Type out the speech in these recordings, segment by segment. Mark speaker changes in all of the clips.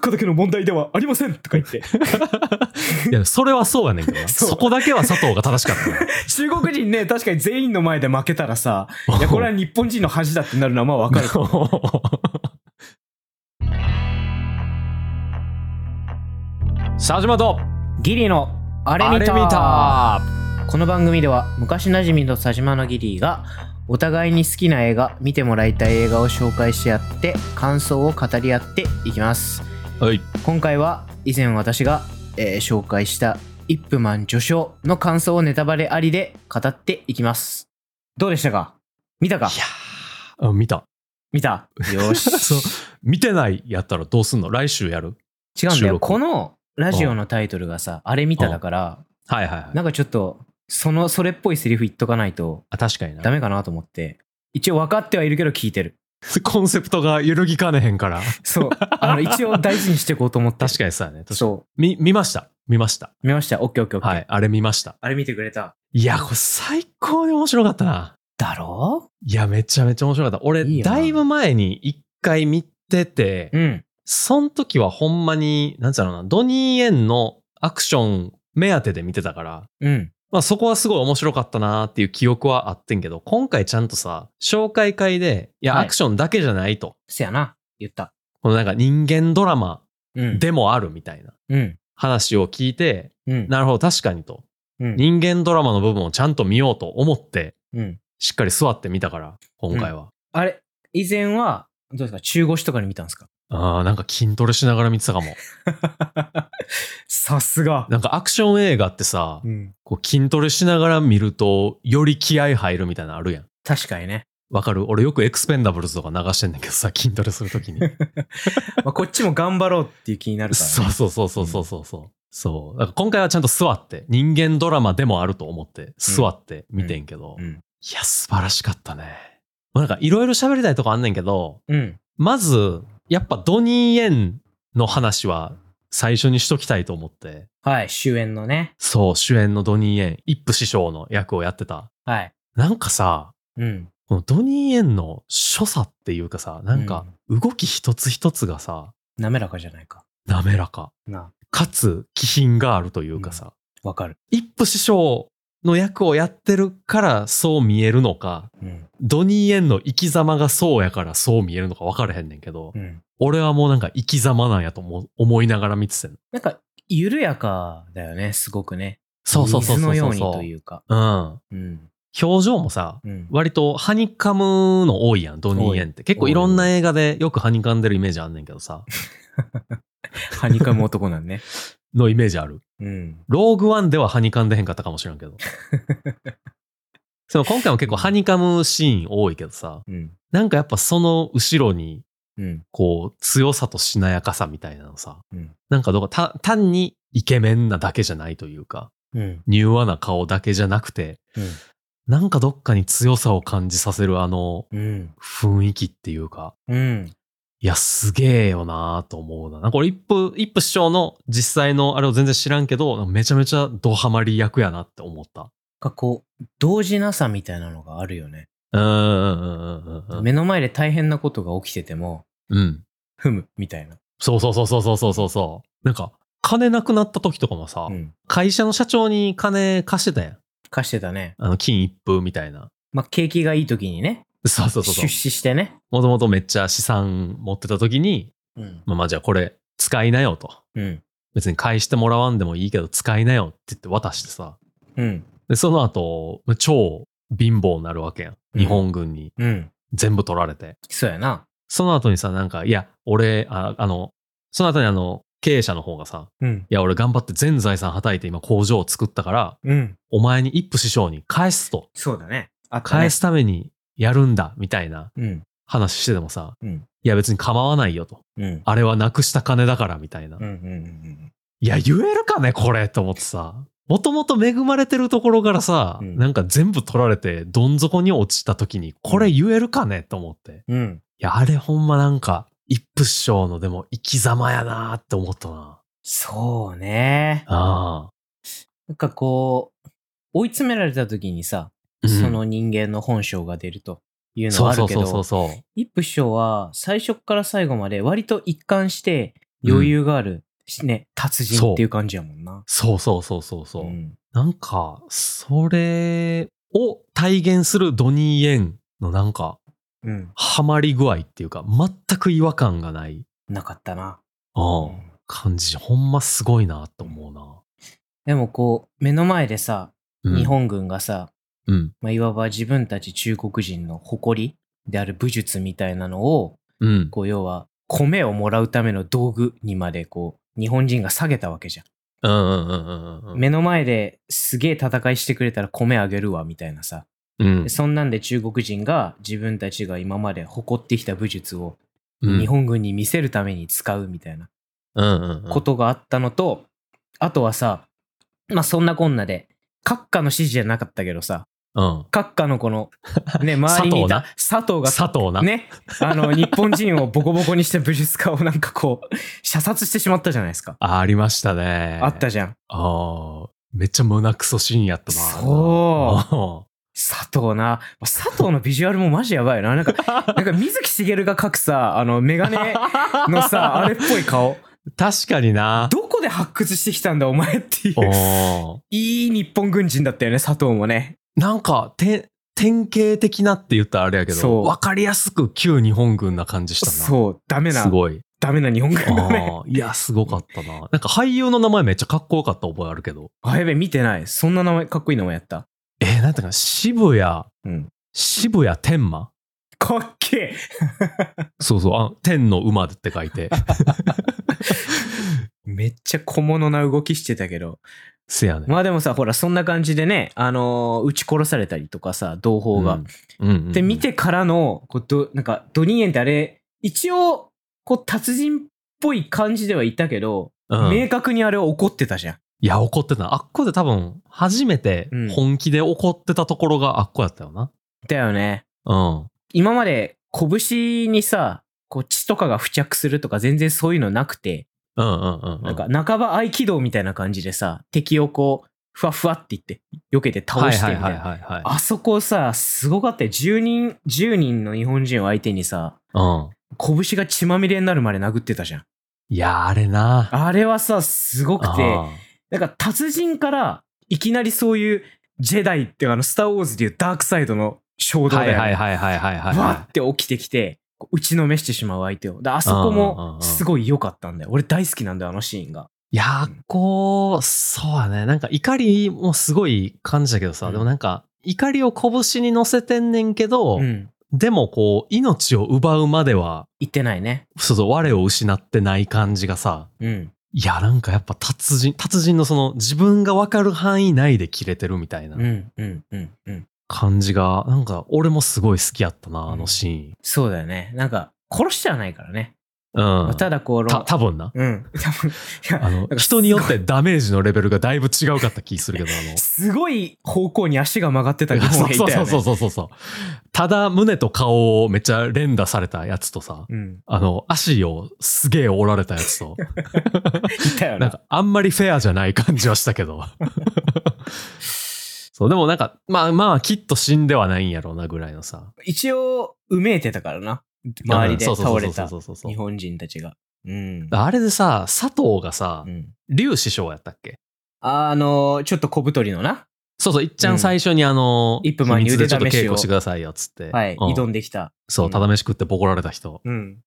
Speaker 1: 科だけの問題ではありませんとか言 って、
Speaker 2: いや、それはそうやねんけどな。
Speaker 1: そう
Speaker 2: そこだけは佐藤が正しかったな。
Speaker 1: 中国人ね、確かに全員の前で負けたらさ、いや、これは日本人の恥だってなるのはまあわか る。
Speaker 2: 佐島と
Speaker 3: ギリのあれ見たこの番組では昔なじみの佐島のギリがお互いに好きな映画見てもらいたい映画を紹介し合って感想を語り合っていきます
Speaker 2: はい。
Speaker 3: 今回は以前私が、えー紹介した「イップマン序章」の感想をネタバレありで語っていきますどうでしたか見たか
Speaker 2: や見た。
Speaker 3: 見たよ し
Speaker 2: そう。見てないやったらどうすんの来週やる
Speaker 3: 違うんだ
Speaker 2: 収
Speaker 3: よ
Speaker 2: 録
Speaker 3: このラジオのタイトルがさ「あれ見た」だから
Speaker 2: はいはいはい。
Speaker 3: なんかちょっとそのそれっぽいセリフ言っとかないと
Speaker 2: あ確かにな
Speaker 3: ダ。メかなと思って一応分かってはいるけど聞いてる
Speaker 2: コンセプトが揺るぎかねへんから。
Speaker 3: そうあの一応大事にしていこうと思って
Speaker 2: 確かにそうやね。確かに
Speaker 3: そ
Speaker 2: み見ました。見ました。
Speaker 3: う見ました OKOKOK、
Speaker 2: はい。あれ見ました。
Speaker 3: あれ見てくれた
Speaker 2: いや、これ最高に面白かったな。
Speaker 3: だろ
Speaker 2: いや、めちゃめちゃ面白かった。俺、
Speaker 3: いいよな
Speaker 2: だいぶ前に一回見てて、
Speaker 3: うん
Speaker 2: その時はほんまに、なんちゃうのかな、ドニー・エンのアクション目当てで見てたから、
Speaker 3: うん
Speaker 2: まあそこはすごい面白かったなーっていう記憶はあってんけど、今回ちゃんとさ、紹介会で、いや、
Speaker 3: はい
Speaker 2: アクションだけじゃないと。
Speaker 3: せやな言った
Speaker 2: このなんか人間ドラマ
Speaker 3: うん
Speaker 2: でもあるみたいな
Speaker 3: うん
Speaker 2: 話を聞いて、
Speaker 3: うん
Speaker 2: なるほど、確かにと。
Speaker 3: うん
Speaker 2: 人間ドラマの部分をちゃんと見ようと思って、
Speaker 3: うん
Speaker 2: しっかり座って見たから、今回は。
Speaker 3: あれ以前はどうですか中腰とかに見たん ですか
Speaker 2: ああ、なんか筋トレしながら見てたかも。
Speaker 3: さすが
Speaker 2: なんかアクション映画ってさ、
Speaker 3: うん
Speaker 2: こう筋トレしながら見ると、より気合入るみたいなのあるやん。
Speaker 3: 確かにね、
Speaker 2: わかる俺よくエクスペンダブルズとか流してんだけどさ、筋トレするときに。
Speaker 3: まあ、こっちも頑張ろうっていう気になるから、ね、
Speaker 2: そうそうそうそうそうそう。うそう。だから今回はちゃんと座って、人間ドラマでもあると思って、座って見てんけど、
Speaker 3: うんうん
Speaker 2: いや、素晴らしかったね。まあなんかいろいろ喋りたいとこあんねんけど、
Speaker 3: うん
Speaker 2: まず、やっぱドニー・エンの話は最初にしときたいと思って、
Speaker 3: はい主演のね
Speaker 2: そう、主演のドニー・エン、イップ師匠の役をやってた。
Speaker 3: はい
Speaker 2: なんかさ、
Speaker 3: うん
Speaker 2: このドニー・エンの所作っていうかさ、なんか動き一つ一つがさ、
Speaker 3: 滑らかじゃないか
Speaker 2: 滑らか、
Speaker 3: な
Speaker 2: かつ気品があるというかさ、
Speaker 3: わかる
Speaker 2: 一夫師匠の役をやってるからそう見えるのか、
Speaker 3: うん
Speaker 2: ドニー・エンの生き様がそうやからそう見えるのか分からへんねんけど、
Speaker 3: うん
Speaker 2: 俺はもうなんか生き様なんやと思思いながら見ててん。
Speaker 3: なんか緩やかだよねすごくね
Speaker 2: そうそうそうそうそう。
Speaker 3: 水のようにというか。
Speaker 2: うん。
Speaker 3: うん。
Speaker 2: 表情もさ、
Speaker 3: うん。
Speaker 2: 割とハニカムの多いやん、ドニー・エンって。結構いろんな映画でよくハニカんでるイメージあんねんけどさ、
Speaker 3: はにかむ男なんね。
Speaker 2: のイメージある。
Speaker 3: うん。
Speaker 2: ローグワンでははにかんでへんかったかもしれんけど。その今回も結構はにかむシーン多いけどさ、
Speaker 3: うん。
Speaker 2: なんかやっぱその後ろに、
Speaker 3: うん。
Speaker 2: こう、強さとしなやかさみたいなのさ、
Speaker 3: うん
Speaker 2: なんかどうかた単にイケメンなだけじゃないというか、
Speaker 3: うん。
Speaker 2: 柔和な顔だけじゃなくて、
Speaker 3: うん
Speaker 2: なんかどっかに強さを感じさせるあの
Speaker 3: うん。
Speaker 2: 雰囲気っていうか、
Speaker 3: うん。
Speaker 2: いや、すげえよなーと思うな。なんか俺、一夫、一夫師匠の実際のあれを全然知らんけど、めちゃめちゃドハマり役やなって思った。
Speaker 3: かこう、同時なさみたいなのがあるよね。
Speaker 2: うーんうんうんうんうん。
Speaker 3: 目の前で大変なことが起きてても、
Speaker 2: うん。
Speaker 3: ふむ、みたいな。
Speaker 2: そうそうそうそうそうそうそうそう。なんか、金なくなった時とかもさ、
Speaker 3: うん。
Speaker 2: 会社の社長に金貸してたやん。
Speaker 3: 貸してたね。
Speaker 2: あの、金一封みたいな。
Speaker 3: まあ、景気がいい時にね、
Speaker 2: そうそうそうそ
Speaker 3: 出
Speaker 2: う。
Speaker 3: 資してね。
Speaker 2: もともとめっちゃ資産持ってた時に、
Speaker 3: うん。
Speaker 2: まあまあじゃあこれ使いなよと。
Speaker 3: うん。
Speaker 2: 別に返してもらわんでもいいけど使いなよって言って渡してさ。
Speaker 3: うん。
Speaker 2: で、その後、超貧乏になるわけやん。
Speaker 3: うん
Speaker 2: 日本軍に
Speaker 3: うん。
Speaker 2: 全部取られて。
Speaker 3: そうやな。
Speaker 2: その後にさ、なんか、いや、俺、ああの、その後にあの、経営者の方がさ、
Speaker 3: うん。
Speaker 2: いや、俺頑張って全財産はたいて今工場を作ったから、
Speaker 3: うん。
Speaker 2: お前に一夫師匠に返すと。
Speaker 3: そうだね。あったね
Speaker 2: 返す。ためにやるんだ、みたいな
Speaker 3: うん。
Speaker 2: 話しててもさ、
Speaker 3: うん
Speaker 2: いや別に構わないよと。
Speaker 3: うん。
Speaker 2: あれはなくした金だから、みたいな。
Speaker 3: うん。うん。うん。
Speaker 2: いや、言えるかね、これ、と思ってさ。もともと恵まれてるところからさ、
Speaker 3: うん
Speaker 2: なんか全部取られて、どん底に落ちた時に、これ言えるかね、と思って。
Speaker 3: うん。うん。
Speaker 2: いや、あれほんまなんか、一夫師匠のでも生き様やなーって思ったな。
Speaker 3: そうね。
Speaker 2: ああ。
Speaker 3: なんかこう、追い詰められた時にさ、
Speaker 2: うん
Speaker 3: その人間の本性が出るというの
Speaker 2: そ
Speaker 3: は
Speaker 2: う
Speaker 3: あ
Speaker 2: そ
Speaker 3: る
Speaker 2: う
Speaker 3: け
Speaker 2: そうそう
Speaker 3: ど、
Speaker 2: そう。
Speaker 3: 一夫師匠は最初から最後まで割と一貫して、余裕がある、しね、達人っていう感じやもんな。
Speaker 2: そうそうそうそうそう。
Speaker 3: ん
Speaker 2: なんか、それを体現するドニー・イエンのなんか、
Speaker 3: うん。
Speaker 2: ハマり具合っていうか、全く違和感がない、
Speaker 3: なかったな。
Speaker 2: う
Speaker 3: うん
Speaker 2: ん、感じ、ほんますごいなと思うな。
Speaker 3: でもこう、目の前でさ、
Speaker 2: うん
Speaker 3: 日。本軍がさ、
Speaker 2: うん。
Speaker 3: まあ、いわば自分たち中国人の誇りである武術みたいなのを、
Speaker 2: うん。
Speaker 3: こう、要は、米をもらうための道具にまで、こう、日本人が下げたわけじゃん。
Speaker 2: うんうんうんうんうん。
Speaker 3: 目の前ですげえ戦いしてくれたら米あげるわ、みたいなさ。
Speaker 2: うん
Speaker 3: でそんなんで中国人が自分たちが今まで誇ってきた武術を
Speaker 2: うん
Speaker 3: 日本軍に見せるために使うみたいな
Speaker 2: うんうんうん
Speaker 3: ことがあったのと、あとはさ、まあそんなこんなで、閣下の指示じゃなかったけどさ、
Speaker 2: うん。
Speaker 3: 閣下のこの、 ね、周りにいた佐藤が、
Speaker 2: 佐藤な。
Speaker 3: ね、あの、日本人をボコボコにして武術家をなんかこう、 射殺してしまったじゃないですか。
Speaker 2: あありましたね。
Speaker 3: あった
Speaker 2: じ
Speaker 3: じゃん。
Speaker 2: ゃん。ああ。めっちゃ胸クソシーンやったな。
Speaker 3: そ佐藤な。佐藤のビジュアルもマジやばいよな。なん か、なんか水木しげるが描くさ、あの、メガネ
Speaker 2: うん。
Speaker 3: のさ、 あれっぽい顔。
Speaker 2: 確かにな。
Speaker 3: どこで発掘してきたんだ、お前ってい
Speaker 2: お
Speaker 3: う。
Speaker 2: ー
Speaker 3: いい日本軍人だったよね、佐藤もね。
Speaker 2: なんか、て、典型的なって言ったらあれやけ
Speaker 3: そ
Speaker 2: ど、
Speaker 3: う
Speaker 2: わかりやすく旧日本軍な感じしたな。
Speaker 3: そう、ダメな
Speaker 2: す、ごい。
Speaker 3: ダメな日本軍だね。
Speaker 2: あーいや、すごかったな。なんか俳優の名前めっちゃかっこよかった覚えあるけど。
Speaker 3: あ、やべえ、見てない。そんな名前、かっこいい名前やった。
Speaker 2: えー、なんていうかな、渋谷、
Speaker 3: うん。
Speaker 2: 渋谷天馬
Speaker 3: かっけ
Speaker 2: そうそう、あ天の馬って書 いて。
Speaker 3: え。めっちゃ小物な動きしてたけど。
Speaker 2: せやね。
Speaker 3: まあでもさ、ほら、そんな感じでね、あのー撃ち殺されたりとかさ、同胞が。
Speaker 2: うん。うんうんうん
Speaker 3: で、見。てからの、こう、ど、なんか、ドニーエンってあれ、一応、こう、達人っぽい感じではいたけど、
Speaker 2: うん
Speaker 3: 明確にあれは怒ってたじゃん。
Speaker 2: いや、怒ってた。あっこで多分、初めて
Speaker 3: うん
Speaker 2: 本気で怒ってたところがあっこやったよな。
Speaker 3: だよね。
Speaker 2: うん。
Speaker 3: 今まで、拳にさ、こう、血とかが付着するとか、全然そういうのなくて、
Speaker 2: うんうんうんうん。
Speaker 3: なんか、半ば合気道みたいな感じでさ、敵をこう、ふわふわっていって、避けて倒してみたいな。
Speaker 2: はいはいはいはい、はい
Speaker 3: あそこさ、すごかったよ。10人、10人の日本人を相手にさ、
Speaker 2: うん。
Speaker 3: 拳が血まみれになるまで殴ってたじゃん。
Speaker 2: いや、あれな。
Speaker 3: あれはさ、すごくて、
Speaker 2: あー
Speaker 3: なんか達人からいきなりそういうジェダイっていうかあの、スター・ウォーズでいうダークサイドの衝動だよ
Speaker 2: は
Speaker 3: ね。
Speaker 2: いはいはいはいはいはい。
Speaker 3: わって起きてきて、こう打ちのめしてしまう相手を。であそこ
Speaker 2: うんうんうんう
Speaker 3: も
Speaker 2: ん
Speaker 3: すごい良かったんだよ。俺大好きなんだよ、あのシーンが。
Speaker 2: いやー、こう、そうだね。なんか怒りもすごい感じだけどさ、
Speaker 3: うん
Speaker 2: でもなんか、怒りを拳に乗せてんねんけど、
Speaker 3: うん。
Speaker 2: でもこう、命を奪うまでは、
Speaker 3: 言ってないね。
Speaker 2: そうそう、我を失ってない感じがさ、
Speaker 3: うん。
Speaker 2: いや、なんかやっぱ達人、達人のその自分がわかる範囲内で切れてるみたいな
Speaker 3: うん、うん、うん、うん。
Speaker 2: 感じが、なんか俺もすごい好きやった
Speaker 3: うん
Speaker 2: な、あのシ
Speaker 3: そうだよね。なんか、殺してはないからね。
Speaker 2: ーン。うん。
Speaker 3: ただこう、
Speaker 2: た、多分な。
Speaker 3: うん。多分 いや
Speaker 2: あの、
Speaker 3: か
Speaker 2: 人によってダメージのレベルがだいぶ違うかった気するけど、あの。
Speaker 3: すごい方向に足が曲がってた日本
Speaker 2: そ
Speaker 3: が
Speaker 2: う
Speaker 3: いた
Speaker 2: そ
Speaker 3: よ
Speaker 2: う
Speaker 3: ね。
Speaker 2: そうそうそうそうそう。ただ胸と顔をめっちゃ連打されたやつとさ、
Speaker 3: うん。
Speaker 2: あの、足をすげえ折られ たやつと、
Speaker 3: いたよ
Speaker 2: なん
Speaker 3: ね。
Speaker 2: かあんまりフェアじゃない感じはしたけど。 そう、でもなんか、まあまあ、きっと死んではないんやろうなぐらいのさ。
Speaker 3: 一応、うめえてたからな。周りで
Speaker 2: うんそうそ
Speaker 3: 倒
Speaker 2: うそ
Speaker 3: れ
Speaker 2: うそう
Speaker 3: た
Speaker 2: そうそうそう
Speaker 3: 日本人たちが。うん。
Speaker 2: あれでさ、佐藤がさ
Speaker 3: う、ん
Speaker 2: 劉師匠やったっけ
Speaker 3: あの、ちょっと小太りのな、
Speaker 2: そうそう、いっちゃん最初にあの、
Speaker 3: 一分前に
Speaker 2: 秘密でちょっと
Speaker 3: 腕試しを
Speaker 2: 稽古してくださいよ、つって。
Speaker 3: はい、
Speaker 2: うん
Speaker 3: 挑んできた。
Speaker 2: そう、ただ飯食ってボコられ た人。
Speaker 3: うん。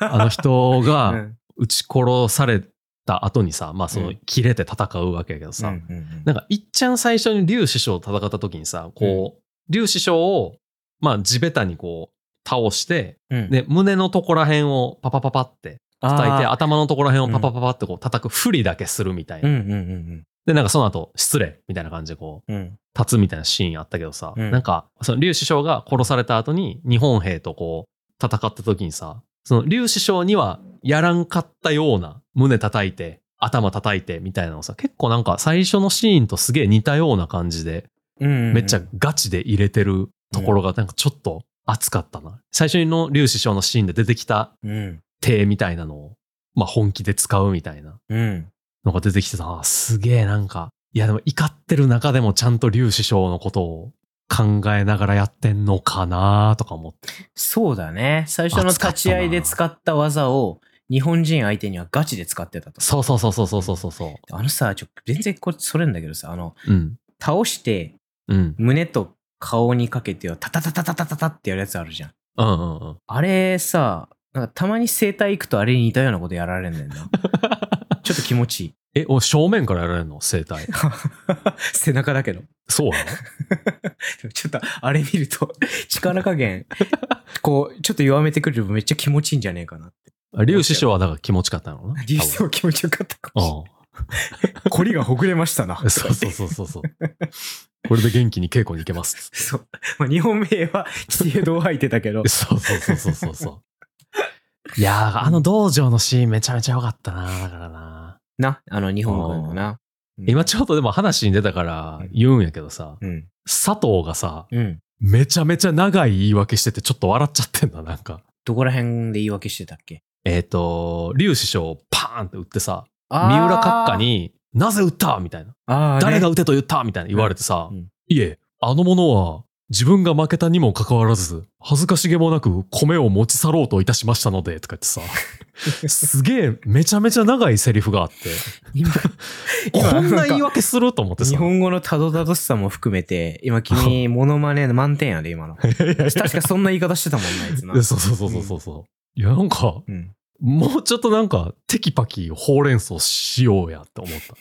Speaker 2: あの人
Speaker 3: う
Speaker 2: が、
Speaker 3: ん。
Speaker 2: 撃ち殺された後にさ、まあそうの
Speaker 3: ん、
Speaker 2: 切れて戦うわけやけどさ、
Speaker 3: うんうん
Speaker 2: なんか、いっちゃん最初に劉師匠と戦った時にさ、こう、劉師匠を、まあ地べたにこう、倒して、
Speaker 3: うん、
Speaker 2: で、胸のとこら辺をパパパパって
Speaker 3: あー、
Speaker 2: 叩いて、頭のとこら辺をパパパパってこう叩くふりだけするみたい
Speaker 3: うん
Speaker 2: な。
Speaker 3: うんうん
Speaker 2: で、なんかその後、失礼みたいな感じでこう、
Speaker 3: うん。うん。
Speaker 2: 立つみたいなシーンあったけどさ、
Speaker 3: うん
Speaker 2: なんか、その劉師匠が殺された後に日本兵とこう、戦った時にさ、その劉師匠にはやらんかったような胸叩いて、頭叩いてみたいなのさ、結構なんか最初のシーンとすげえ似たような感じで、
Speaker 3: うんうんうん
Speaker 2: めっちゃガチで入れてるところがなんかちょっと熱かったな。最初の劉師匠のシーンで出てきた
Speaker 3: うん。
Speaker 2: 手みたいなのを、まあ本気で使うみたいな
Speaker 3: うん。
Speaker 2: のが出てきてさ、あすげえなんか、いやでも怒ってる中でもちゃんと劉師匠のことを考えながらやってんのかなとか思って。
Speaker 3: そうだね。最初の立ち合いで使った技を、日本人相手にはガチで使ってたと。
Speaker 2: そうそうそうそうそうそうそうそ
Speaker 3: あのさ、ちょ、全然これそれんだけどさ、あの、
Speaker 2: う。うん。
Speaker 3: 倒して
Speaker 2: うん。
Speaker 3: 胸と顔にかけてはタタタタタタタタってやるやつあるじゃん。
Speaker 2: うんうん うん。
Speaker 3: あれさ、なんかたまに整体行くとあれに似たようなことやられん ねんな。ちょっと気持ちいい。
Speaker 2: え、お正面からやられるの生体。
Speaker 3: 背中だけど。
Speaker 2: そうな
Speaker 3: でもちょっとあれ見る と力加減、こう、ちょっと弱めてくるとめっちゃ気持ちいいんじゃねえかなって。
Speaker 2: の龍師匠はだから気持ちかったのかな。
Speaker 3: リースも気持ちよかったかもしれない。
Speaker 2: 多分
Speaker 1: 凝りがほぐれましたな
Speaker 2: う。ん。そうそうそうそうそう。これで元気に稽古に行けます。、
Speaker 3: そう。まあ、日本名は地平道吐いてたけど
Speaker 2: そうそうそうそうそうそう。いやー、あの道場のシーンめちゃめちゃ良かったな、だからな。
Speaker 3: な、あの日本軍のな。うん
Speaker 2: 今、ちょっとでも話に出たから言うんやけどさ、
Speaker 3: うん。
Speaker 2: 佐藤がさ、
Speaker 3: うん。
Speaker 2: めちゃめちゃ長い言い訳しててちょっと笑っちゃってんだ、なんか。
Speaker 3: どこら辺で言い訳してたっけ
Speaker 2: えっ、と、劉師匠をパーンって打ってさ、三浦閣下、に、なぜ打ったみたいな。
Speaker 3: あーあーね
Speaker 2: 誰が打てと言ったみたいな言われてさ、
Speaker 3: うんうん
Speaker 2: いえ、あの者は自分が負けたにもかかわらず、恥ずかしげもなく米を持ち去ろうといたしましたので、とか言 ってさ、すげえ、めちゃめちゃ長いセリフがあって、
Speaker 3: 今、今
Speaker 2: こん
Speaker 3: な
Speaker 2: なん
Speaker 3: か
Speaker 2: 言い訳すると思って
Speaker 3: 日
Speaker 2: さ、。
Speaker 3: 本語のたどたどしさも含めて、今君、モノマネの満点やで、今の。確かそんな言い方してたもんな、あいつな
Speaker 2: そうそうそうそうそうそう。いや、なんか、
Speaker 3: うん。
Speaker 2: もうちょっとなんか、テキパキほうれん草しようやって思 った。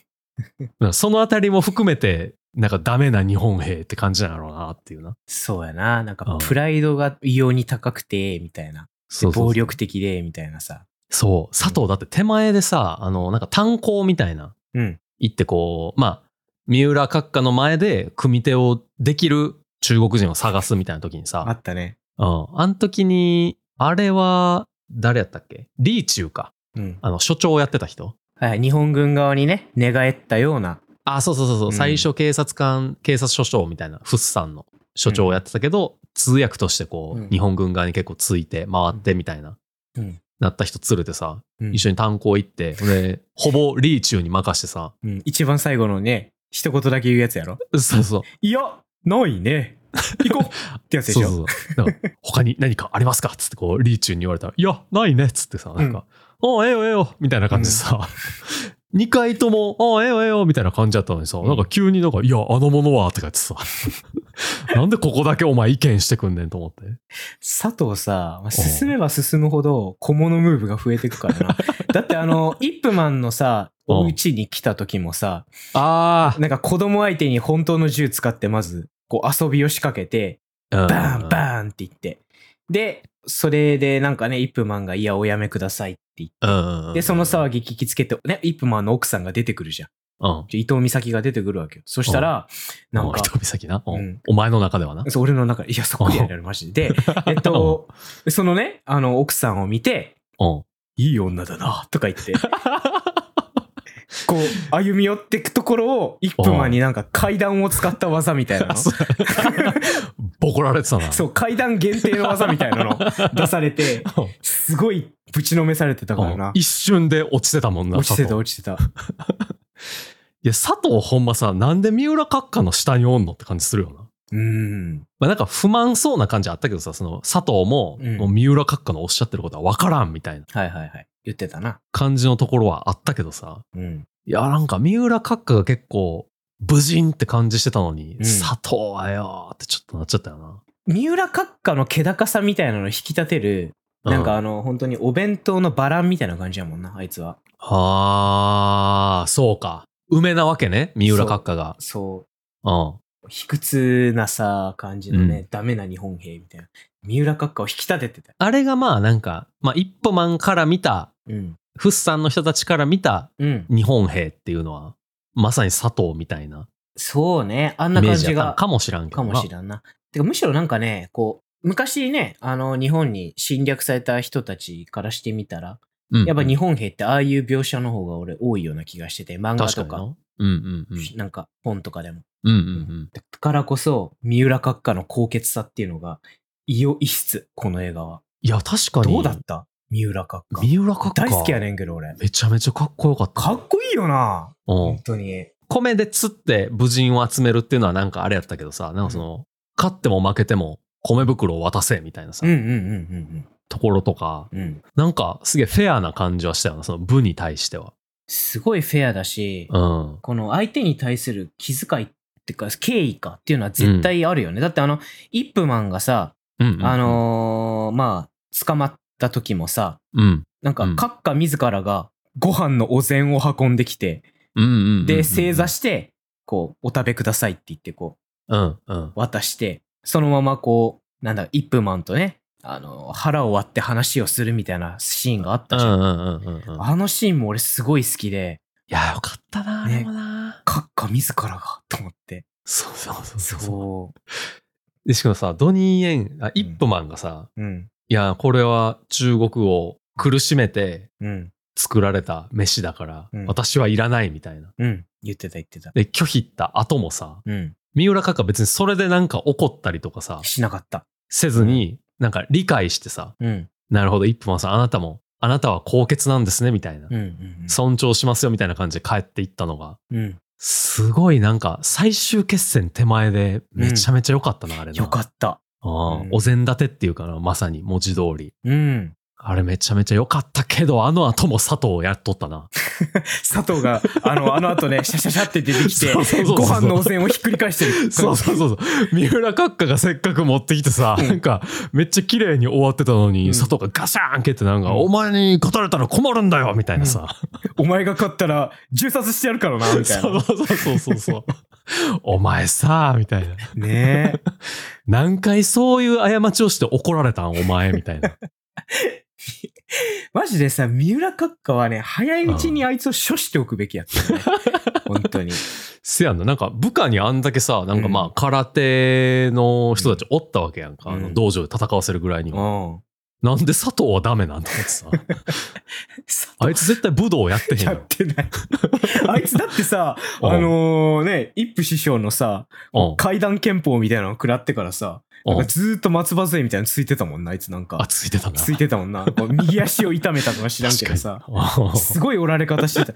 Speaker 2: なんかそのあたりも含めて、なんかダメな日本兵って感じなんやろうなっていうな。
Speaker 3: そうやな。なん
Speaker 2: う
Speaker 3: か
Speaker 2: ん、
Speaker 3: プライドが異様に高くて、みたいな。で
Speaker 2: そうそうそう
Speaker 3: 暴力的で、みたいなさ。
Speaker 2: そう。佐藤だって手前でさ、あの、なんか炭鉱みたいな、
Speaker 3: うん。
Speaker 2: 行ってこう、まあ、三浦閣下の前で組手をできる中国人を探すみたいな時に
Speaker 3: あ
Speaker 2: さ、
Speaker 3: ったね。
Speaker 2: うん。あの時に、あれは、誰やったっけリーチューか。
Speaker 3: うん。
Speaker 2: あの、所長をやってた人。
Speaker 3: はい。日本軍側にね、寝返ったような。
Speaker 2: あ、そうそうそうそう、
Speaker 3: うん
Speaker 2: 最初警察官、警察署長みたいな、フッサンの署長をやってたけど、通訳としてこう、
Speaker 3: うん
Speaker 2: 日本軍側に結構ついて回ってみたいな、
Speaker 3: うん
Speaker 2: なった人連れてさ、
Speaker 3: うん
Speaker 2: 一緒に炭鉱行って、で、ほぼリーチューに任し てさ、
Speaker 3: うん。一番最後のね、一言だけ言うやつやろ。
Speaker 2: そうそう。
Speaker 1: いや、ないね。行こうってやつで
Speaker 2: そう
Speaker 1: し
Speaker 2: そ
Speaker 1: ょ。
Speaker 2: うそう。なんか他に何かありますかつってこう、リーチューに言われたら、いや、ないねっつってさ、なんか、おうええよええよみたいな感じでさ、 二2回とも、おうええよええよみたいな感じだったのにさ、なんか急になんか、いや、あのものは、とか言ってさ、 なんでここだけお前意見してくんねんと思って。
Speaker 3: 佐藤さ、まあ進めば進むほど小物ムーブが増えてくから な。だってあの、イップマンのさ、
Speaker 2: うん
Speaker 3: お家に来た時もさ、
Speaker 2: あ
Speaker 3: なんか子供相手に本当の銃使ってまず、こう遊びを仕掛けて、
Speaker 2: あ、
Speaker 3: バーン
Speaker 2: ン
Speaker 3: バーンって言って。で、それでなんかね、イップマンが、いや、おやめくださいって言って。
Speaker 2: うん。
Speaker 3: で、その騒ぎ聞きつけて、ね、イップマンの奥さんが出てくるじゃん。
Speaker 2: うん。
Speaker 3: 伊藤美咲が出てくるわけよ。そしたら、
Speaker 2: な
Speaker 3: なんん
Speaker 2: か、
Speaker 3: か、
Speaker 2: 人岬な、うん
Speaker 3: うん
Speaker 2: お前の中ではな。
Speaker 3: そう俺の中で、いや、そっくりやなるマジで。で、えっ と、そのね、あの、奥さんを見て、
Speaker 2: うん。
Speaker 1: いい女だな。
Speaker 3: とか言って、こう、歩み寄ってくところを、イップマンになんか階段を使った技みたいなの。
Speaker 2: そう ボコられてたな。
Speaker 3: そう、階段限定の技みたいなの出されて、
Speaker 2: うん。
Speaker 3: すごいぶちのめされてたから
Speaker 2: うん
Speaker 3: な。
Speaker 2: 一瞬で落ちてたもんな。
Speaker 3: 落ちて
Speaker 2: 佐
Speaker 3: た
Speaker 2: 藤
Speaker 3: 落ちてた。
Speaker 2: いや、佐藤ほんまさ、なんで三浦閣下の下におんのって感じするよな。
Speaker 3: うん。
Speaker 2: まあなんか不満そうな感じあったけどさ、その佐藤も、
Speaker 3: うん
Speaker 2: もう三浦閣下のおっしゃってることはわからんみたいな
Speaker 3: はいはいはい。言ってたな。
Speaker 2: 感じのところはあったけどさ、
Speaker 3: うん。
Speaker 2: いや、なんか三浦閣下が結構、無人って感じしてたのに、
Speaker 3: ん
Speaker 2: 佐藤はよーってちょっとなっちゃったよな。
Speaker 3: 三浦閣下の気高さみたいなのを引き立てる、
Speaker 2: うん
Speaker 3: なんかあの、本当にお弁当のバランみたいな感じやもんな、あいつは。
Speaker 2: あー、そうか。梅なわけね、三浦閣下が。
Speaker 3: そう
Speaker 2: うん。
Speaker 3: う、卑屈なさ、感じのね、
Speaker 2: う
Speaker 3: ダメな日本兵みたいな。三浦閣下を引き立ててた。
Speaker 2: あれがまあなんか、まあ一歩マンから見た、
Speaker 3: うん。
Speaker 2: フッサンの人たちから見た
Speaker 3: うん。
Speaker 2: 日本兵っていうのは、まさに佐藤みたいな
Speaker 3: そうね、あんな
Speaker 2: イメー
Speaker 3: 感
Speaker 2: ジ
Speaker 3: じ
Speaker 2: やったん
Speaker 3: が。
Speaker 2: かもしらんけど
Speaker 3: か
Speaker 2: な
Speaker 3: もしらんな。てかむしろなんかね、こう、昔ね、あの、日本に侵略された人たちからしてみたら、
Speaker 2: うん
Speaker 3: やっぱ日本兵ってああいう描写の方が俺多いような気がしてて、漫画
Speaker 2: 確か
Speaker 3: と
Speaker 2: に
Speaker 3: か、
Speaker 2: な。うんうんうん。
Speaker 3: なんか本とかでも。
Speaker 2: うんうん
Speaker 3: だからこそ、三浦閣下の高潔さっていうのが、異様異質、この映画は。
Speaker 2: いや、確かに。
Speaker 3: どうだった三浦閣下。
Speaker 2: 三浦閣下。
Speaker 3: 大好きやねんけど、俺。
Speaker 2: めちゃめちゃかっこよかった。
Speaker 1: かっこいいよな。
Speaker 2: う
Speaker 3: 本
Speaker 2: ん。
Speaker 3: 当に。
Speaker 2: 米で釣って武人を集めるっていうのはなんかあれやったけどさ、なんかその、勝っても負けても米袋を渡せみたいなさ、
Speaker 3: うんうんうんうんうん。
Speaker 2: ところとか、
Speaker 3: うん。
Speaker 2: なんかすげえフェアな感じはしたよな、その部に対しては。
Speaker 3: すごいフェアだし、
Speaker 2: うん。
Speaker 3: この相手に対する気遣いってか、敬意かっていうのは絶対あるよね。だってあの、イップマンがさ、
Speaker 2: うんうんうん
Speaker 3: あ、のーまあ、捕まった時もさ、
Speaker 2: うん。
Speaker 3: なんか
Speaker 2: うん、
Speaker 3: 閣下自らが、
Speaker 1: ご飯のお膳を運んできて、
Speaker 2: うんうんうんうん
Speaker 3: で、正座して、こう、お食べくださいって言って、こ
Speaker 2: うんうん
Speaker 3: う、。渡して、そのままこう、なんだ、イップマンとね、あの、腹を割って話をするみたいなシーンがあっ
Speaker 2: う
Speaker 3: た
Speaker 2: ん
Speaker 3: じゃん。
Speaker 2: うんうんうんうん。い
Speaker 3: あのシーンも俺すごい好きで、
Speaker 2: や、よかったな、あ
Speaker 3: ね
Speaker 2: れもな。
Speaker 3: 閣下自らが、と思って。
Speaker 2: そうそうそうそうそう。
Speaker 3: そ
Speaker 2: で、しかもさ、ドニー・エン、あ、イップマンがさ、
Speaker 3: う。うん。
Speaker 2: いや、これは中国を苦しめて
Speaker 3: うん。
Speaker 2: 作られた飯だから、
Speaker 3: うん
Speaker 2: 私はいらないみたいな。
Speaker 3: うん。言ってた言ってた。
Speaker 2: で、拒否った後もさ、
Speaker 3: うん。
Speaker 2: 三浦閣下別にそれでなんか怒ったりとかさ、
Speaker 3: しなかった。
Speaker 2: せずに、なんか理解してさ、
Speaker 3: うん。
Speaker 2: なるほど、一歩マンさん、あなたも、あなたは高潔なんですね、みたいな
Speaker 3: う。ん。うん。
Speaker 2: 尊重しますよ、みたいな感じで帰っていったのが、
Speaker 3: うん。うん。
Speaker 2: すごいなんか、最終決戦手前で、めちゃめちゃ良かったな、あれな。
Speaker 3: よか
Speaker 2: った。
Speaker 3: った。うん
Speaker 2: お膳立てっていうかな、まさに文字通り。
Speaker 3: うん。
Speaker 2: あれめちゃめちゃ良かったけど、あの後も佐藤をやっとっ たな。
Speaker 1: 佐藤が、あの、あの後 ね、シャシャシャって出てきて
Speaker 2: そうそう、そうそ
Speaker 1: ご
Speaker 2: う
Speaker 1: 飯のお膳をひっくり返してる。
Speaker 2: そうそうそうそう。三浦閣下がせっかく持ってきてさ、
Speaker 1: うん
Speaker 2: なんか、めっちゃ綺麗に終わってたのに、
Speaker 1: うん
Speaker 2: 佐藤がガシャーン蹴ってなんか、
Speaker 1: うん
Speaker 2: お前に勝たれたら困るんだよみたいなさ。
Speaker 1: お前が勝ったら、銃殺してやるからな、みたい
Speaker 2: そ
Speaker 1: な
Speaker 2: う。そうそうそうそう。お前さ、みたいな。
Speaker 1: ねえ。
Speaker 2: 何回そういう過ちをして怒られたんお前、みたい な。
Speaker 1: マジでさ、三浦閣下はね、早いうちにあいつを処しておくべきやったよ ね。本当に。
Speaker 2: せやんな。なんか、部下にあんだけさ、なんかま
Speaker 1: う
Speaker 2: あ、空手の人たちおったわけやんか。
Speaker 1: うん
Speaker 2: あの道場で戦わせるぐらいには。
Speaker 1: ん。
Speaker 2: なんで佐藤はダメなんだってさ。あいつ絶対武道やってへん
Speaker 1: や
Speaker 2: よ
Speaker 1: っ。てない。 あいつだってさ、
Speaker 2: うん
Speaker 1: あのね、一夫師匠のさ、
Speaker 2: うん
Speaker 1: 階段憲法みたいなの食らってからさ、
Speaker 2: う
Speaker 1: なんんかずーっと松葉杖みたいなのついてたもんな、あいつなん
Speaker 2: あ、
Speaker 1: か。
Speaker 2: ついてたな。
Speaker 1: ついてたもんな。こう右足を痛めたとか知らんけどさ。
Speaker 2: 確かに。
Speaker 1: すごい折られ方 してた。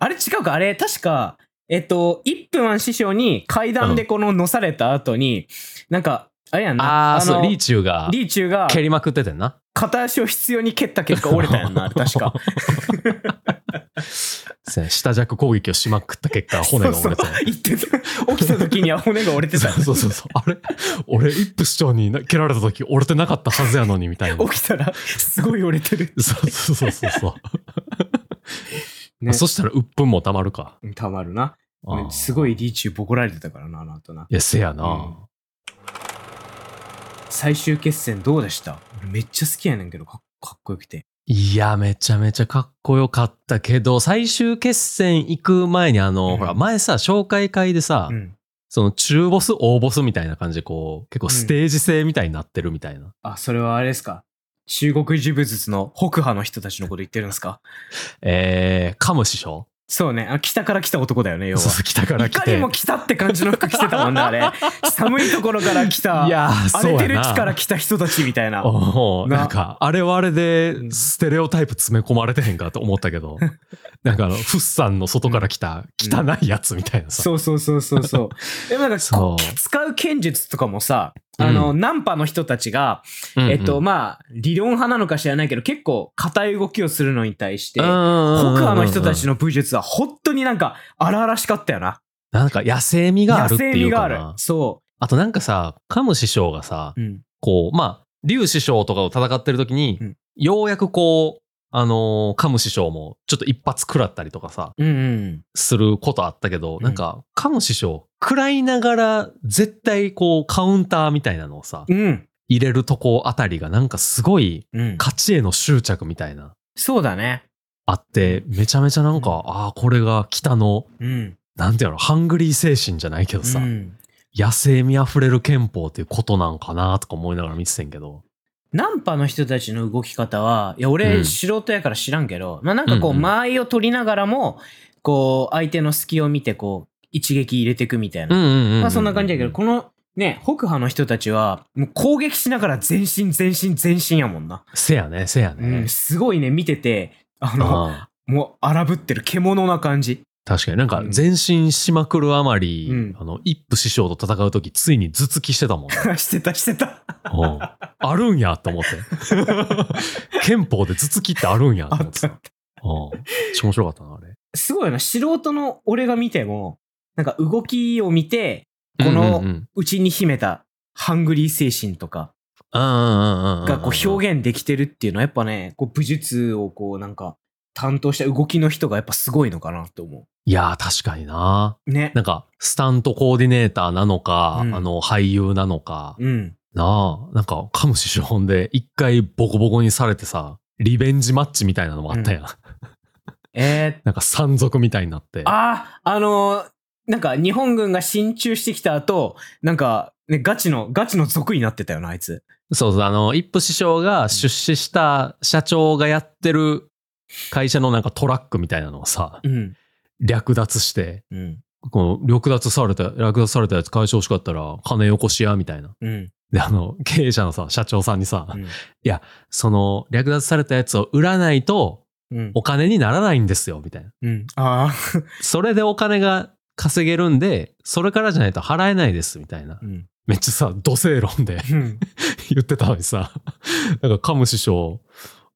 Speaker 3: あれ違うかあれ確か、えっと、イップマン師匠に階段でこの乗された後に、なんか、あれやんな。
Speaker 2: ああ、そう、
Speaker 3: の
Speaker 2: リーチューが
Speaker 3: リーチューが
Speaker 2: 蹴りまくっててんな。
Speaker 3: 片足を必要に蹴った結果折れたやんな、あれ確 か。
Speaker 2: そうや下弱攻撃をしまくった結果、骨が折れて。
Speaker 3: 言ってた。起きた時には骨が折れて
Speaker 2: そ
Speaker 3: た
Speaker 2: う。そうそうそう。あれ俺、イップ市長にな蹴られた時折れてなかったはずやのに、みたいな。そう
Speaker 3: 起きたら、すごい折れてる。
Speaker 2: そうそうそうそう。
Speaker 1: ね
Speaker 2: そしたら、鬱憤もたまるか。
Speaker 1: うんたまるな。
Speaker 2: あー
Speaker 1: すごいリーチボコられてたからな、あの後な。
Speaker 2: いや、せやな。
Speaker 1: うん最終決戦どうでした俺めっちゃ好きやねんけど、かっかっこよくて。
Speaker 2: いや、めちゃめちゃかっこよかったけど、最終決戦行く前に、あの、
Speaker 1: うん
Speaker 2: ほら、前さ、紹介会でさ、
Speaker 1: うん。
Speaker 2: その中ボス、大ボスみたいな感じで、こう、結構ステージ制みたいになってるみたいな。
Speaker 1: あ、それはあれですか中国呪術の北派の人たちのこと言ってるんですか
Speaker 2: えー、カム師匠
Speaker 1: そうね。あ北から来た男だよね、要は。
Speaker 2: そうそう、北から
Speaker 1: い
Speaker 2: 来
Speaker 1: か
Speaker 2: て。
Speaker 1: にも来たって感じの服着てたもんね、 あれ。寒いところから来た。
Speaker 2: いやー、
Speaker 1: 荒
Speaker 2: そう
Speaker 1: れ
Speaker 2: やな。
Speaker 1: てる地から来た人たちみたいな。
Speaker 2: おう
Speaker 1: な
Speaker 2: なんか、あれはあれ
Speaker 1: う
Speaker 2: で、
Speaker 1: ん
Speaker 2: ステレオタイプ詰め込まれてへんかと思った けど、なんかあの、フッサンの外から来た汚いやつみたいなさ。
Speaker 1: そうそうそうそうそう。 でもなんか
Speaker 2: そ
Speaker 1: こ
Speaker 2: う
Speaker 1: う使う剣術とかもさ、あの、ナンパの人たちが、
Speaker 2: うんうん
Speaker 1: えっと、まあ、理論派なのか知らないけど、結構硬い動きをするのに対して、
Speaker 2: うんう
Speaker 1: 北
Speaker 2: んうんうん
Speaker 1: 派の人たちの武術は本当になんか荒々しかったよな。
Speaker 2: なんか野生味があるっていうか
Speaker 1: 野
Speaker 2: な。
Speaker 1: そ
Speaker 2: あとなんかさ、カム師匠がさ、
Speaker 1: う。うん。
Speaker 2: こう、まあ、劉師匠とかを戦ってる時に、
Speaker 1: うん
Speaker 2: ようやくこう、あのーカム師匠もちょっと一発食らったりとかさ、
Speaker 1: うんうん。
Speaker 2: することあったけど、
Speaker 1: ん
Speaker 2: なんか、カム師匠、食らいながら、絶対こう、カウンターみたいなのをさ、
Speaker 1: うん。
Speaker 2: 入れるとこあたりが、なんかすごい、
Speaker 1: うん、
Speaker 2: 勝ちへの執着みたいな、
Speaker 1: そうだね。
Speaker 2: あって、めちゃめちゃなんか、ああ、これが北の、
Speaker 1: うん。
Speaker 2: なんていうの、ハングリー精神じゃないけどさ、
Speaker 1: うん
Speaker 2: 野生味あふれる憲法っていうことなんかなとか思いながら見ててんけど、
Speaker 3: ナンパの人たちの動き方は、いや、
Speaker 2: うん
Speaker 3: 俺、素人やから知らんけど、まあなんかこう、
Speaker 2: うんうん
Speaker 3: 間合いを取りながらも、こう、相手の隙を見て、こう、一撃入れてくみたいな。
Speaker 2: うんうんうんうん
Speaker 3: まあそんな感じやけど、この、ね、北派の人たちは、もう攻撃しながら全身全身全身やもんな。
Speaker 2: せやね、せや
Speaker 3: うん、
Speaker 2: ね。
Speaker 3: すごいね、見てて、あの、
Speaker 2: あ
Speaker 1: もう荒ぶってる獣な感じ。
Speaker 2: 確かになんか前進しまくるあまり、
Speaker 3: うん
Speaker 2: あの、一夫師匠と戦うとき、ついに頭突きしてたもん ね。
Speaker 3: してた、してた。
Speaker 2: うんあるんやと思って。憲法で頭突きってあるんやと
Speaker 3: あ
Speaker 2: 思っ
Speaker 3: ってた
Speaker 2: さ。
Speaker 3: あ
Speaker 2: うん
Speaker 3: っ
Speaker 2: 面白かったな、あれ。
Speaker 3: た。すごいよな、素人の俺が見ても、なんか動きを見て、こ
Speaker 2: う
Speaker 3: の
Speaker 2: んうんうん
Speaker 3: うちに秘めたハングリー精神とか
Speaker 2: うんうんうんうんうんうん
Speaker 3: がこう表現できてるっていうのはやっぱね、こう武術をこうなんか担当した動きの人がやっぱすごいのかなと思
Speaker 2: いやー、確かにな。
Speaker 3: う。ね
Speaker 2: な。んか、スタントコーディネーターなのか、
Speaker 3: うん
Speaker 2: あの、俳優なのか、
Speaker 3: うん。
Speaker 2: なあ、なんか、カムシ資本で一回ボコボコにされてさ、リベンジマッチみたいなのもあったやん。
Speaker 3: え
Speaker 2: なんか、山賊みたいになって。
Speaker 3: ー、ああ、あのーなんか日本軍が進駐してきた後、なんか、ね、ガチの、ガチの族になってたよな、あいつ。
Speaker 2: そうそう、あの、一夫師匠が出資した社長がやってる会社のなんかトラックみたいなのをさ、
Speaker 3: うん。
Speaker 2: 略奪して、
Speaker 3: うん。
Speaker 2: この、略奪された、略奪されたやつ解消しかったら、金よこしや、みたいな。
Speaker 3: うん。
Speaker 2: で、あの、経営者のさ、社長さんにさ、
Speaker 3: うん
Speaker 2: その、略奪されたやつを売らないと、
Speaker 3: うん。
Speaker 2: お金にならないんですよ、みたいな。
Speaker 3: うん。あ
Speaker 2: それでお金が稼げるんで、それからじゃないと払えないです、みたいな
Speaker 3: あ。う。ん。
Speaker 2: めっちゃさ、土星論で
Speaker 3: うん。
Speaker 2: 言ってたのにさ、なんかカム師匠、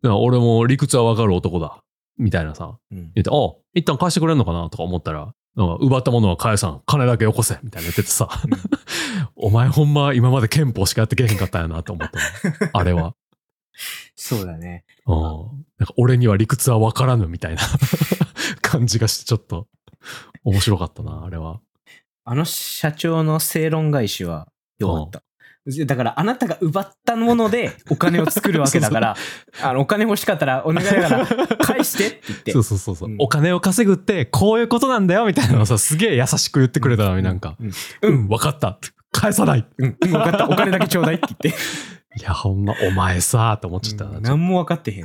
Speaker 2: なんか俺も理屈はわかる男だ、みたいなさ、
Speaker 3: うん
Speaker 2: 言って、あ、一旦返してくれんのかなとか思ったら、なんか奪ったものは返さん、金だけよこせ、みたいな言っててさ、お前ほんま今まで憲法しかやってけへんかったんやなと思ったのあれは。
Speaker 3: そうだね。
Speaker 2: うん。なんか俺には理屈はわからぬみたいな 感じがして、ちょっと面白かったな、あれは。
Speaker 3: あの社長の正論返しはよかった。だから、あなたが奪ったもの でお金を作るわけだから、あのお金欲しかったらお願いだから返してって言って
Speaker 2: そ。うそうそうそう、
Speaker 3: うん
Speaker 2: お金を稼ぐってこういうことなんだよみたいなのをさ、すげえ優しく言ってくれたのになんか、
Speaker 3: うん
Speaker 2: うん、わかった。返さない。
Speaker 3: うん、うん、分かった。お金だけちょうだいって言って。
Speaker 2: いや、ほんま、お前さーと思っ ちゃったな。
Speaker 3: うん
Speaker 2: ちょっと
Speaker 3: 何も分かってへん。
Speaker 2: い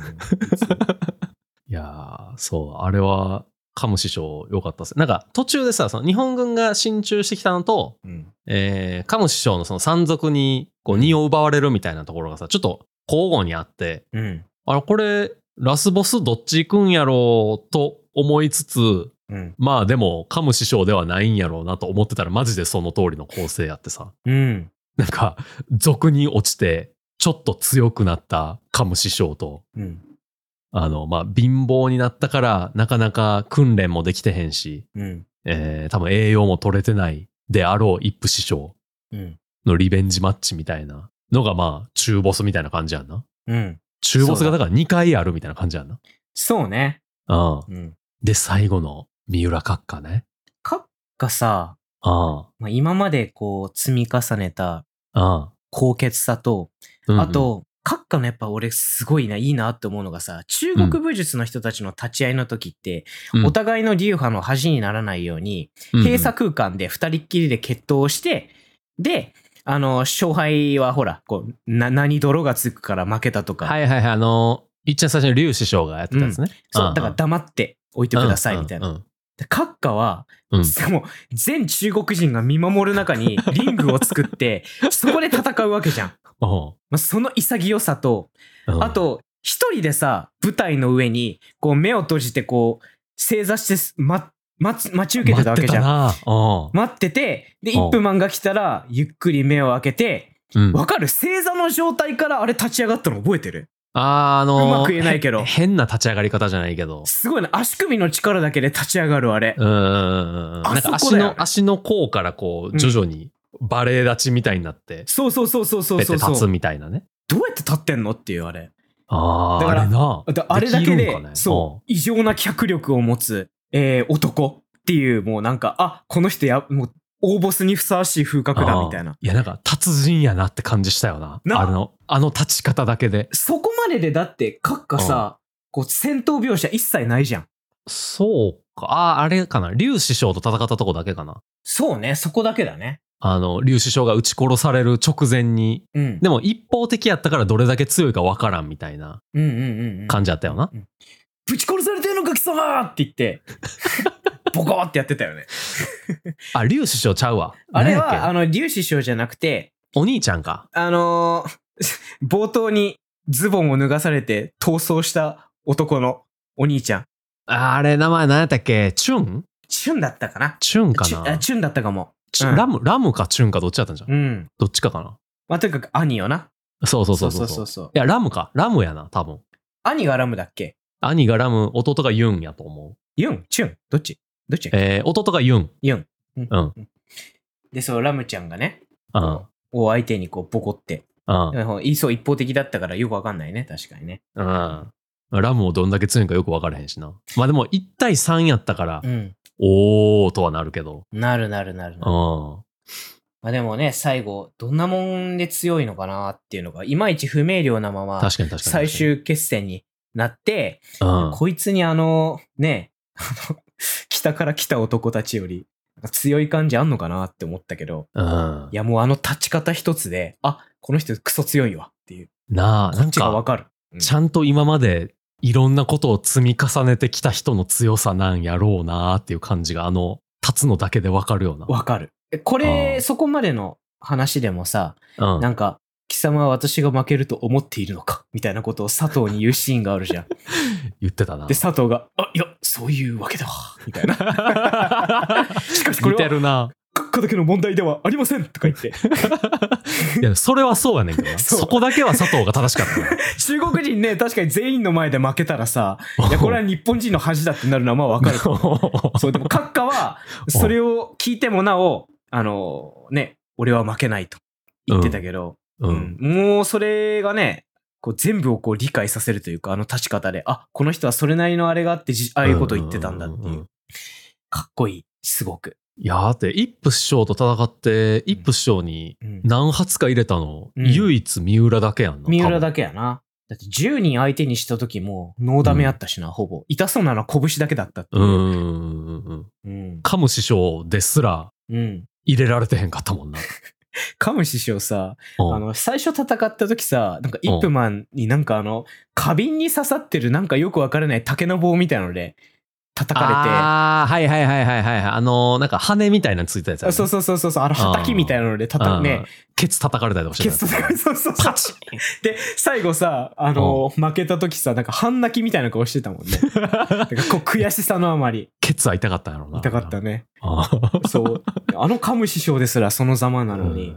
Speaker 2: やーそう、あれは、カム師匠良かったです。なんか、途中でさ、その日本軍が進駐してきたのと、
Speaker 3: うん。
Speaker 2: えー、カム師匠のその山賊に、こう、荷を奪われるみたいなところがさ、ちょっと交互にあって、
Speaker 3: うん。
Speaker 2: あれ、これ、ラスボスどっち行くんやろうと思いつつ、
Speaker 3: うん。
Speaker 2: まあでも、カム師匠ではないんやろうなと思ってたら、マジでその通りの構成やってさ、
Speaker 3: うん。
Speaker 2: なんか、俗に落ちて、ちょっと強くなったカム師匠と、
Speaker 3: うん。
Speaker 2: あの、まあ、貧乏になったから、なかなか訓練もできてへんし、
Speaker 3: うん。
Speaker 2: えー、多分栄養も取れてないであろう一夫師匠
Speaker 3: うん。
Speaker 2: のリベンジマッチみたいなのが、まあ、中ボスみたいな感じやんな。
Speaker 3: うん。
Speaker 2: 中ボス
Speaker 3: そ
Speaker 2: が
Speaker 3: う
Speaker 2: だ
Speaker 3: だ
Speaker 2: から2回あるみたいな感じやんな。
Speaker 3: そうね。
Speaker 2: うん。
Speaker 3: うん。
Speaker 2: で、最後の三浦閣下ね。
Speaker 3: 閣下さ、
Speaker 2: あ
Speaker 3: まあ、今までこう積み重ねた
Speaker 2: あ、あ
Speaker 3: 高潔さと、
Speaker 2: あ。
Speaker 3: あ、と、閣下のやっぱ俺すごいな、いいなって思うのがさ、中国武術の人たちの立ち会いの時って、
Speaker 2: うん
Speaker 3: お互いの流派の恥にならないように、
Speaker 2: うんうん
Speaker 3: 閉鎖空間で二人っきりで決闘をして、で、あの、勝敗はほら、こう、な、何泥がつくから負けたとか、
Speaker 2: はいはいはい、あの、一番最初に劉師匠がやってたやつね。
Speaker 3: そう、だから黙って置いてくださいみたいな。
Speaker 2: な。
Speaker 3: で閣下は、
Speaker 2: うん
Speaker 3: もう、全中国人が見守る中にリングを作って、そこで戦うわけじゃん。
Speaker 2: お
Speaker 3: まあ、その潔さと、
Speaker 2: ううん
Speaker 3: あ、と、一人でさ、舞台の上に、こう、目を閉じて、こう、正座してす、ま、待つ、待ち受けてたわけじゃん。
Speaker 2: 待ってたな
Speaker 3: 待ってて、で、
Speaker 2: うん
Speaker 3: 1分漫画来たら、ゆっくり目を開けて、
Speaker 2: うんうん
Speaker 3: わかる正座の状態からあれ立ち上がったの覚えてる
Speaker 2: あー、あのー
Speaker 3: うまく言えないけど
Speaker 2: へ変な立ち上がり方じゃないけど。
Speaker 3: すごいな。足首の力だけで立ち上がる、あれ。
Speaker 2: うんうんうんうん。
Speaker 3: あ
Speaker 2: なんか
Speaker 3: そ
Speaker 2: 足
Speaker 3: こだよね
Speaker 2: の、足の甲からこ
Speaker 3: う
Speaker 2: う、
Speaker 3: ん
Speaker 2: 徐々にバレエ立ちみたいになって、
Speaker 3: そうそうそうそうそう
Speaker 2: ペ
Speaker 3: そう
Speaker 2: て立つ
Speaker 3: そう。
Speaker 2: みたいなね。
Speaker 3: どうやって立ってんのっていう、あれ。
Speaker 2: あ
Speaker 3: だ
Speaker 2: あ、あ
Speaker 3: から
Speaker 2: れな。
Speaker 3: だあれだけ
Speaker 2: き
Speaker 3: で、
Speaker 2: るんかね
Speaker 3: そう、異常な脚力を持つ、えー男っていう、もうなんか、あ、この人や、もう、大ボスにふさわしい風格だ、みたいな
Speaker 2: あー。いや、なんか、達人やなって感じしたよな。
Speaker 3: な
Speaker 2: あの、あの立ち方だけで。
Speaker 3: そこまででだって、閣下さ、こう戦闘描写一切ないじゃん。
Speaker 2: そうか。ああ、あれかな。劉師匠と戦ったとこだけかな。
Speaker 3: そうね、そこだけだね。
Speaker 2: あの、劉師匠が撃ち殺される直前に、
Speaker 3: うん。
Speaker 2: でも一方的やったからどれだけ強いかわからんみたいな
Speaker 3: うんうんうん、うん。
Speaker 2: 感じやったよな。
Speaker 3: ぶち殺されてるのか貴様って言 って、ボコーってやってたよね。
Speaker 2: あ、劉師匠ちゃうわ。
Speaker 3: あれ
Speaker 2: 何や
Speaker 3: は、
Speaker 2: っ
Speaker 3: あの、劉師匠じゃなくて、
Speaker 2: けお兄ちゃんか。
Speaker 3: あの ー冒頭にズボンを脱がされて逃走した男のお兄ちゃん。
Speaker 2: ああれ、名前何やったっけチュン
Speaker 3: チュンだったかな。
Speaker 2: チュンか
Speaker 3: チュンあ
Speaker 2: な
Speaker 3: チュンだったかも。
Speaker 2: チュ
Speaker 3: うん
Speaker 2: ラム、ラムかチュンかどっちだったんじゃん。
Speaker 3: うん。
Speaker 2: どっちかかな。
Speaker 3: まあ、とにかく兄よな。
Speaker 2: そうそうそうそう。
Speaker 3: そう
Speaker 2: い
Speaker 3: そう
Speaker 2: や、ラムか。ラムやな、多分。
Speaker 3: 兄がラムだっけ
Speaker 2: 兄がラム、弟がユンやと思う。
Speaker 3: ユンチュンどっちどっち
Speaker 2: えー、弟がユン。
Speaker 3: ユン。
Speaker 2: うん。
Speaker 3: で、そのラムちゃんがね、
Speaker 2: うん。
Speaker 3: を相手にこうボコって。
Speaker 2: うん。
Speaker 3: でもそう一方的だったからよくわかんないね、確かにね。
Speaker 2: うん。ラムをどんだけ強いんかよく分からへんしな。まあでも1対3やったから、
Speaker 3: うん。
Speaker 2: おーとはなるけど。
Speaker 3: なるなるなる
Speaker 2: うん。
Speaker 3: なる。まあでもね、最後、どんなもんで強いのかなっていうのが、いまいち不明瞭なまま、
Speaker 2: 確かに確かに確かに。
Speaker 3: 最終決戦になって、
Speaker 2: うん。
Speaker 3: こいつにあの、ね、あの、 北から来た男たちより、なんか強い感じあんのかなって思ったけど、
Speaker 2: うん
Speaker 3: い。やもうあの立ち方一つで、あ、この人クソ強いわっていう。
Speaker 2: なあ、
Speaker 3: こ
Speaker 2: な
Speaker 3: っ
Speaker 2: ん
Speaker 3: ちがわ
Speaker 2: か、
Speaker 3: かる。うん
Speaker 2: ちゃんと今までいろんなことを積み重ねてきた人の強さなんやろうなっていう感じが、あの、立つのだけで分かるような。
Speaker 3: わかる。えこ
Speaker 2: あ
Speaker 3: れ、
Speaker 2: ー
Speaker 3: そこまでの話でもさ、
Speaker 2: うん。
Speaker 3: なんか、貴様は私が負けると思っているのかみたいなことを佐藤に言うシーンがあるじゃん。
Speaker 2: 言ってたな
Speaker 3: で、。佐藤が、あ、いや、そういうわけだわ。みたいな。 しかしこ
Speaker 2: 似
Speaker 3: れ
Speaker 2: て
Speaker 3: は、
Speaker 2: るな。
Speaker 3: 国家だけの問題ではありませんとか言って、
Speaker 2: いや、それはそうやねんけど な。
Speaker 3: そう
Speaker 2: そこだけは佐藤が正しかったな。
Speaker 3: 中国人ね、確かに全員の前で負けたら さ、いや、これは日本人の恥だってなるのはまあわかると思う。 そう、でも、閣下は、それを聞いてもなお、あの、ね、俺は負けないと言ってたけど、
Speaker 2: う
Speaker 3: うん
Speaker 2: ん。
Speaker 3: もうそれがね、こう全部をこう理解させるというか、あの立ち方で、あ、この人はそれなりのあれがあってじ、ああいうことを言ってたんだって
Speaker 2: うんうん
Speaker 3: い
Speaker 2: うんう
Speaker 3: う。かっこいい、すごく。
Speaker 2: いや、だって、イップ師匠と戦って、イップ師匠に
Speaker 3: うん
Speaker 2: 何発か入れたの、
Speaker 3: うん
Speaker 2: 唯一三浦だけやんな。
Speaker 3: 三浦
Speaker 2: け。
Speaker 3: だけやな。だって10人相手にした時も、ノーダメやったしな、ほぼ。痛そうなのは拳だけだったっていうう。
Speaker 2: んうんうんうん。
Speaker 3: うん。
Speaker 2: カム師匠ですら
Speaker 3: うん。
Speaker 2: 入れられてへんかったもんな。
Speaker 3: カム師匠さ、
Speaker 2: うん
Speaker 3: あの、最初戦った時さ、なんかイップマンになんかあの、花瓶に刺さってるなんかよくわからない竹の棒みたいなので叩かれて、
Speaker 2: ああ、はいはいはいはいはい。あのー、なんか羽みたいなのついたやつや
Speaker 3: あ
Speaker 2: ね
Speaker 3: そうそうそうそうそう、あの、はたきみたいなので
Speaker 2: うん
Speaker 3: 叩くね、
Speaker 2: ケツ叩かれたりとかして
Speaker 3: ケ
Speaker 2: たや
Speaker 3: ツ叩
Speaker 2: つ
Speaker 3: く、そうそうそう
Speaker 2: パ。チ
Speaker 3: で、最後さ、あの、負けた時さ、なんか半泣きみたいな顔してたもん ね。なんかこう、悔しさのあまり、
Speaker 2: ケツは痛かったんやろうな。
Speaker 3: 痛かったね。
Speaker 2: あー。
Speaker 3: そう。あのカム師匠ですらそのざまなの
Speaker 2: う
Speaker 3: に
Speaker 2: ん、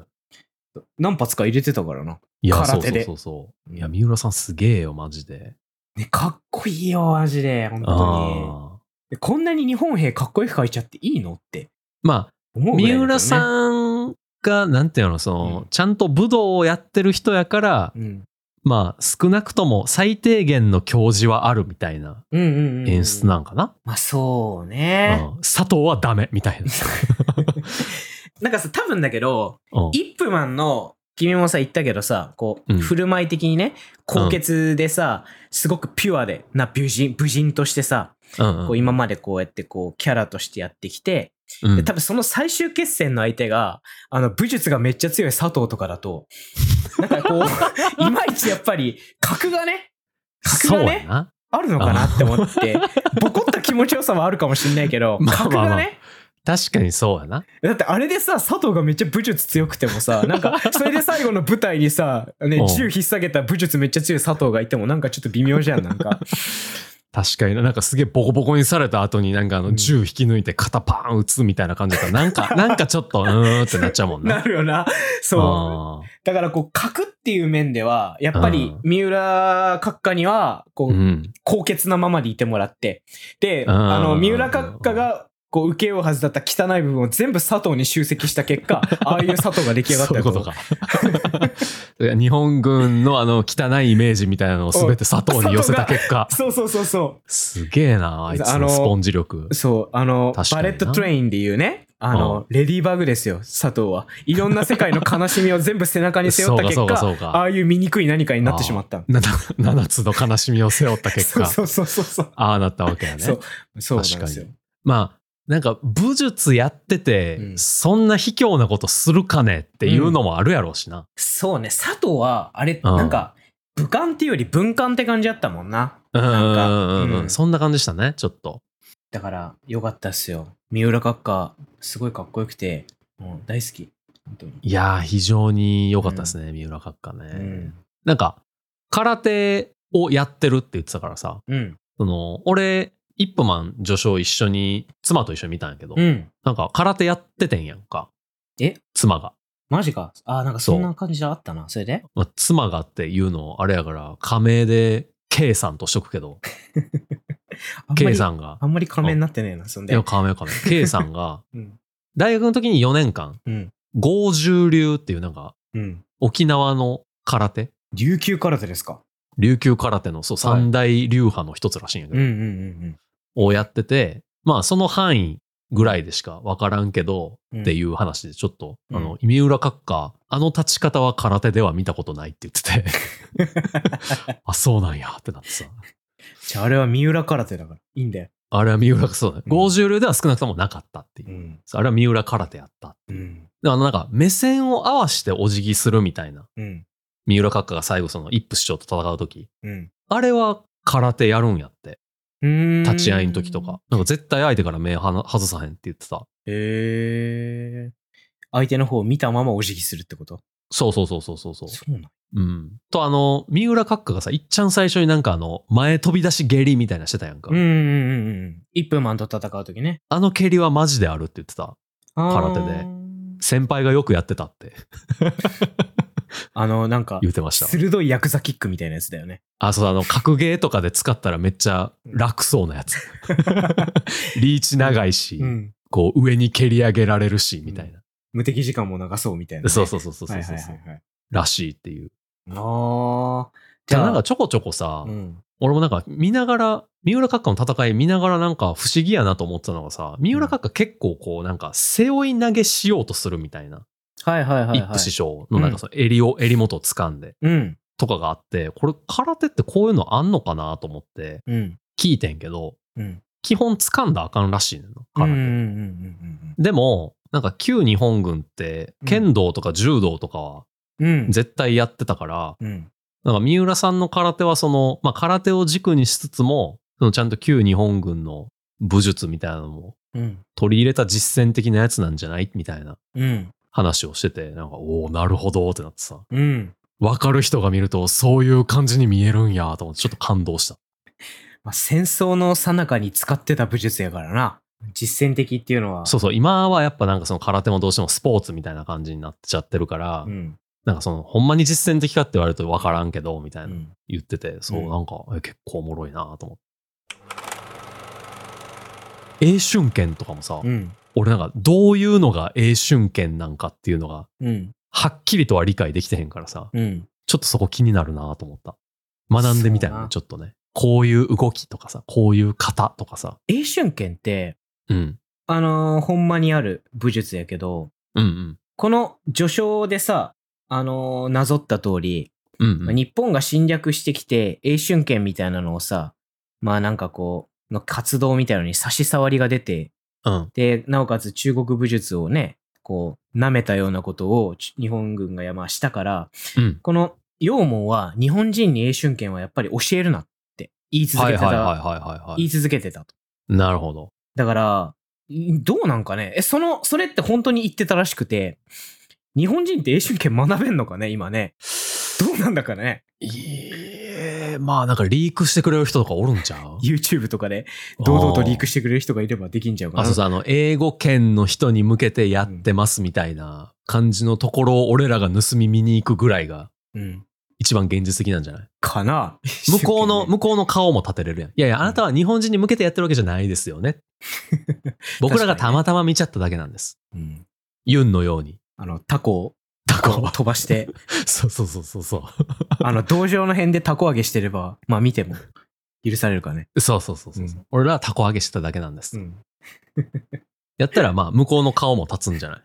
Speaker 3: 何発か入れてたからな。
Speaker 2: いや、
Speaker 3: 空
Speaker 2: そう
Speaker 3: 手
Speaker 2: そう
Speaker 3: で
Speaker 2: そうそう。いや、三浦さんすげえよ、マジで。
Speaker 3: ね、かっこいいよ、マジで、本当に
Speaker 2: ああ。
Speaker 3: で。こんなに日本兵かっこよく描いちゃっていいのって
Speaker 2: まあ、
Speaker 3: 思うぐらいだ
Speaker 2: 三
Speaker 3: けどね
Speaker 2: 浦さんが、なんていうの、その、
Speaker 3: うん
Speaker 2: ちゃんと武道をやってる人やから、
Speaker 3: うん。
Speaker 2: まあ、少なくとも最低限の教示はあるみたいな
Speaker 3: うんうんうん。
Speaker 2: 演出なんかな。
Speaker 3: まあそう
Speaker 2: う
Speaker 3: ね。
Speaker 2: ん佐藤はダメみたいな。
Speaker 3: なんかさ、多分だけど、
Speaker 2: うん
Speaker 3: イップマンの君もさ言ったけどさこう、
Speaker 2: うん
Speaker 3: 振る舞い的にね高潔でさ、すごくピュアでな美人武人としてさ、
Speaker 2: うん
Speaker 3: こう今までこうやってこうキャラとしてやってきて、
Speaker 2: うん
Speaker 3: で多分その最終決戦の相手があの武術がめっちゃ強い佐藤とかだ となんかこういまいちやっぱり格がね格
Speaker 2: そう
Speaker 3: が
Speaker 2: や
Speaker 3: ね
Speaker 2: な。
Speaker 3: あるのかなって思 ってボコった気持ちよさはあるかもしれないけど
Speaker 2: まあまあ
Speaker 3: 格
Speaker 2: まあ
Speaker 3: がね
Speaker 2: 確かにそうやな。
Speaker 3: だってあれでさ佐藤がめっちゃ武術強くても さなんかそれで最後の舞台にさ、ね
Speaker 2: うん、
Speaker 3: 銃引っ提げた武術めっちゃ強い佐藤がいてもなんかちょっと微妙じゃんなんか
Speaker 2: 確かにな。なんかすげえボコボコにされた後になんかあ
Speaker 3: うん
Speaker 2: の銃引き抜いて肩パーン撃つみたいな感じ だったら、なんか、なんかちょっと、うーんってなっちゃうもん
Speaker 3: な
Speaker 2: な。
Speaker 3: るよなそうだからこう格っていう面ではやっぱり
Speaker 2: う
Speaker 3: 三浦閣下にはこ
Speaker 2: う。
Speaker 3: うん高潔なままでいてもらってで
Speaker 2: うん
Speaker 3: あの三浦閣下がこう受けようはずだった汚い部分を全部佐藤に集積した結果ああいう佐藤が出来上がった
Speaker 2: そうい
Speaker 3: よ
Speaker 2: うことか。 いや日本軍のあの汚いイメージみたいなのを全て佐藤に寄せた 結果。
Speaker 3: そうそうそうそう
Speaker 2: すげえな、あいつ
Speaker 3: あの
Speaker 2: のスポンジ力。
Speaker 3: そう、あの、
Speaker 2: 確
Speaker 3: バ
Speaker 2: かに
Speaker 3: レ
Speaker 2: な
Speaker 3: ットトレインで言うね、あの、
Speaker 2: うん
Speaker 3: レディーバグですよ、佐藤は。いろんな世界の悲しみを全部背中に背負った結
Speaker 2: そうかそ
Speaker 3: 果、
Speaker 2: うかそうか
Speaker 3: ああいう醜い何かになってしまった。
Speaker 2: なな7つの悲しみを背負った結
Speaker 3: そう
Speaker 2: 果、
Speaker 3: そうそうそうそう。
Speaker 2: ああなったわけや
Speaker 3: そ
Speaker 2: ね
Speaker 3: う。そうなんですよ
Speaker 2: 確。まあ、なんか武術やってて、
Speaker 3: うん
Speaker 2: そんな卑怯なことするかねっていうのもあるやろうしな。
Speaker 3: そうね、佐藤は、あれ、
Speaker 2: うん
Speaker 3: なんか、武漢っていうより文漢って感じだったもんな。
Speaker 2: うんうん
Speaker 3: か
Speaker 2: うんうん
Speaker 3: うん
Speaker 2: そんな感じでしたね、ちょっと。
Speaker 3: だから、よかったっすよ。三浦閣下、すごいかっこよくて、もう大好き。本当に。
Speaker 2: いやー、非常に良かったですね、三浦閣下ね。
Speaker 3: うん
Speaker 2: なんか、空手をやってるって言ってたからさ、
Speaker 3: うん。
Speaker 2: その、俺、イップマン序章一緒に、妻と一緒に見たんやけど、
Speaker 4: うん。
Speaker 2: なんか空手やっててんやんか。
Speaker 4: え
Speaker 2: 妻が。
Speaker 4: マジか。あーなんか
Speaker 2: そう
Speaker 4: そんな感じあったな。それで
Speaker 2: まあ、妻がっていうのあれやから、仮名で K さんとしとくけど、
Speaker 4: あんま
Speaker 2: K
Speaker 4: り、
Speaker 2: さんが、
Speaker 3: あんまり仮面になってねえな、そん
Speaker 2: い
Speaker 3: で
Speaker 2: や、。仮名仮名。K さんが
Speaker 3: うん、
Speaker 2: 大学の時に4年間、
Speaker 3: うん。
Speaker 2: 合十流っていうなんか、
Speaker 3: うん。
Speaker 2: 沖縄の空手、
Speaker 3: 琉球空手ですか。
Speaker 2: 琉球空手のそう
Speaker 3: はい
Speaker 2: 三大流派の一つらしいんやけ
Speaker 4: う
Speaker 2: ど、
Speaker 4: んうんうん
Speaker 2: をやってて、まあその範囲ぐらいでしかわからんけど、
Speaker 4: うん。
Speaker 2: っていう話でちょっと、
Speaker 4: うん
Speaker 2: あの、三浦閣下、あの立ち方は空手では見たことないって言って て、あ、そうなんやってなってさ。
Speaker 3: じゃあ、あれは三浦空手だから。いいんだよ。
Speaker 2: あれは三浦がそうだね。
Speaker 3: うん
Speaker 2: 合十流では少なくともなかったっていうう。
Speaker 3: ん。
Speaker 2: そうあれは三浦空手やった。
Speaker 3: うん。
Speaker 2: であの、なんか、目線を合わしてお辞儀するみたいな。
Speaker 3: うん。
Speaker 2: 三浦閣下が最後その、イップ市長と戦うとき。
Speaker 3: うん。
Speaker 2: あれは空手やるんやって。
Speaker 3: うーん
Speaker 2: 立ち会いの時とか。。なんか絶対相手から目はな外さへんって言ってた。
Speaker 3: へえ。相手の方を見たままお辞儀するってこと
Speaker 2: そうそうそうそうそうそう。
Speaker 3: そうなん。
Speaker 2: うん。と、あの、三浦閣下がさ、いっちゃん最初になんかあの、前飛び出し下痢みたいなしてたやんか。
Speaker 3: うんうんうんうん。
Speaker 4: 1分マンと戦うときね。
Speaker 2: あの蹴りはマジであるって言ってた。
Speaker 4: あー
Speaker 2: 空手で。先輩がよくやってたって
Speaker 3: あの、なんか、
Speaker 2: 言ってました。
Speaker 3: 鋭いヤクザキックみたいなやつだよね。
Speaker 2: あ、そう、あの、格ゲーとかで使ったらめっちゃ楽そうなやつ。リーチ長いし、
Speaker 3: うん。
Speaker 2: こう上に蹴り上げられるし、みたいな。
Speaker 3: 無敵時間も長そうみたいなね。
Speaker 2: そうそうそうそうそう
Speaker 3: はい
Speaker 2: そ
Speaker 3: は
Speaker 2: う、
Speaker 3: いはいはい。
Speaker 2: らしいっていう。
Speaker 3: ああ。
Speaker 2: じゃあなんかちょこちょこさ、
Speaker 3: うん。
Speaker 2: 俺もなんか見ながら、三浦閣下の戦い見ながらなんか不思議やなと思ってたのがさ、三浦閣下結構こうなんか背負い投げしようとするみたいな。
Speaker 4: はいはいはい
Speaker 2: 一
Speaker 4: は
Speaker 2: 夫
Speaker 4: い。
Speaker 2: 師匠のなんかその襟を、襟元を掴んで
Speaker 4: うん。
Speaker 2: とかがあって、これ空手ってこういうのあんのかなと思って
Speaker 4: うん。
Speaker 2: 聞いてんけど、
Speaker 4: うん
Speaker 2: 基本掴んだらあかんらしいのよ
Speaker 4: うんうん
Speaker 2: 空手。
Speaker 4: うんうん
Speaker 2: でも、なんか旧日本軍って
Speaker 4: うん
Speaker 2: 剣道とか柔道とかは
Speaker 4: うんうん。
Speaker 2: 絶対やってたから、
Speaker 4: うん。
Speaker 2: なんか三浦さんの空手はその、まあ空手を軸にしつつも、そのちゃんと旧日本軍の武術みたいなのも
Speaker 4: うん。
Speaker 2: 取り入れた実践的なやつなんじゃないみたいな
Speaker 4: うん。
Speaker 2: 話をしてて、なんか、おおなるほどってなってさ、
Speaker 4: うん。
Speaker 2: わかる人が見るとそういう感じに見えるんやと思ってちょっと感動した。
Speaker 3: まあ、戦争の最中に使ってた武術やからな。実践的っていうのは。
Speaker 2: そうそう、今はやっぱなんかその空手もどうしてもスポーツみたいな感じになっちゃってるから、
Speaker 3: うん。
Speaker 2: なんかその、ほんまに実践的かって言われるとわからんけど、みたいな。
Speaker 3: うん。
Speaker 2: 言ってて、そうう、
Speaker 3: ん
Speaker 2: なんか、え結構おもろいなと思って。英春拳とかもさ、
Speaker 3: うん。
Speaker 2: 俺なんか、どういうのが英春拳なんかっていうのが、
Speaker 3: うん。
Speaker 2: はっきりとは理解できてへんからさ、
Speaker 3: うん。
Speaker 2: ちょっとそこ気になるなと思った。学んでみたい
Speaker 3: そう
Speaker 2: な、
Speaker 3: な
Speaker 2: ちょっとね。こういう動きとかさ、こういう型とかさ。
Speaker 3: 英春拳って、
Speaker 2: うん。
Speaker 3: あのーほんまにある武術やけど、
Speaker 2: うんうん。
Speaker 3: この序章でさ、あのーなぞった通り、
Speaker 2: うん
Speaker 3: まあ
Speaker 2: うん、
Speaker 3: 日本が侵略してきて、英春拳みたいなのをさ、まあなんかこう、の活動みたいなのに差し障りが出て、
Speaker 2: うん。
Speaker 3: で、なおかつ中国武術をね、こう、舐めたようなことをち日本軍がまあしたから、
Speaker 2: うん。
Speaker 3: この陽門は日本人に英春拳はやっぱり教えるなって言い続
Speaker 2: は
Speaker 3: け
Speaker 2: い
Speaker 3: て
Speaker 2: はいはい
Speaker 3: た。
Speaker 2: はいはい、は
Speaker 3: 言い
Speaker 2: い。
Speaker 3: 続けてたと。
Speaker 2: なるほど。
Speaker 3: だから、いどうなんかねえ、その、それって本当に言ってたらしくて、日本人って英春拳学べんのかね、今ね。どうなんだかね、
Speaker 2: いえ、まあなんかリークしてくれる人とかおるんちゃう
Speaker 3: YouTube とかで堂々とリーク
Speaker 2: して
Speaker 3: してくれる人がいればできんじゃうか
Speaker 2: あ、
Speaker 3: な。
Speaker 2: そうそう、あの、英語圏の人に向けてやってますみたいな感じのところを俺らが盗み見に行くぐらいが
Speaker 3: うん。
Speaker 2: 一番現実的なんじ ゃない
Speaker 3: かな
Speaker 2: 向こ うの、
Speaker 3: 向
Speaker 2: 向こうの顔も立てれるやん。いやいや、あなたは日本人に向けてやってるわけじゃないです よね。僕らがたまたま見ちゃっただけなんです。
Speaker 3: うん、
Speaker 2: ユンのように。
Speaker 3: あの、タコを
Speaker 2: タコ
Speaker 3: こう飛ばして、
Speaker 2: そうそうそうそうそ
Speaker 3: あの、道場の辺でタコ上げしてれば、 まあ見ても許されるかね。
Speaker 2: う。そうそうそうそうそう、
Speaker 3: うん
Speaker 2: 俺らはタコ上げしてただけなんです。
Speaker 3: ん。
Speaker 2: やったらまあ、向こうの顔も立つ んじゃない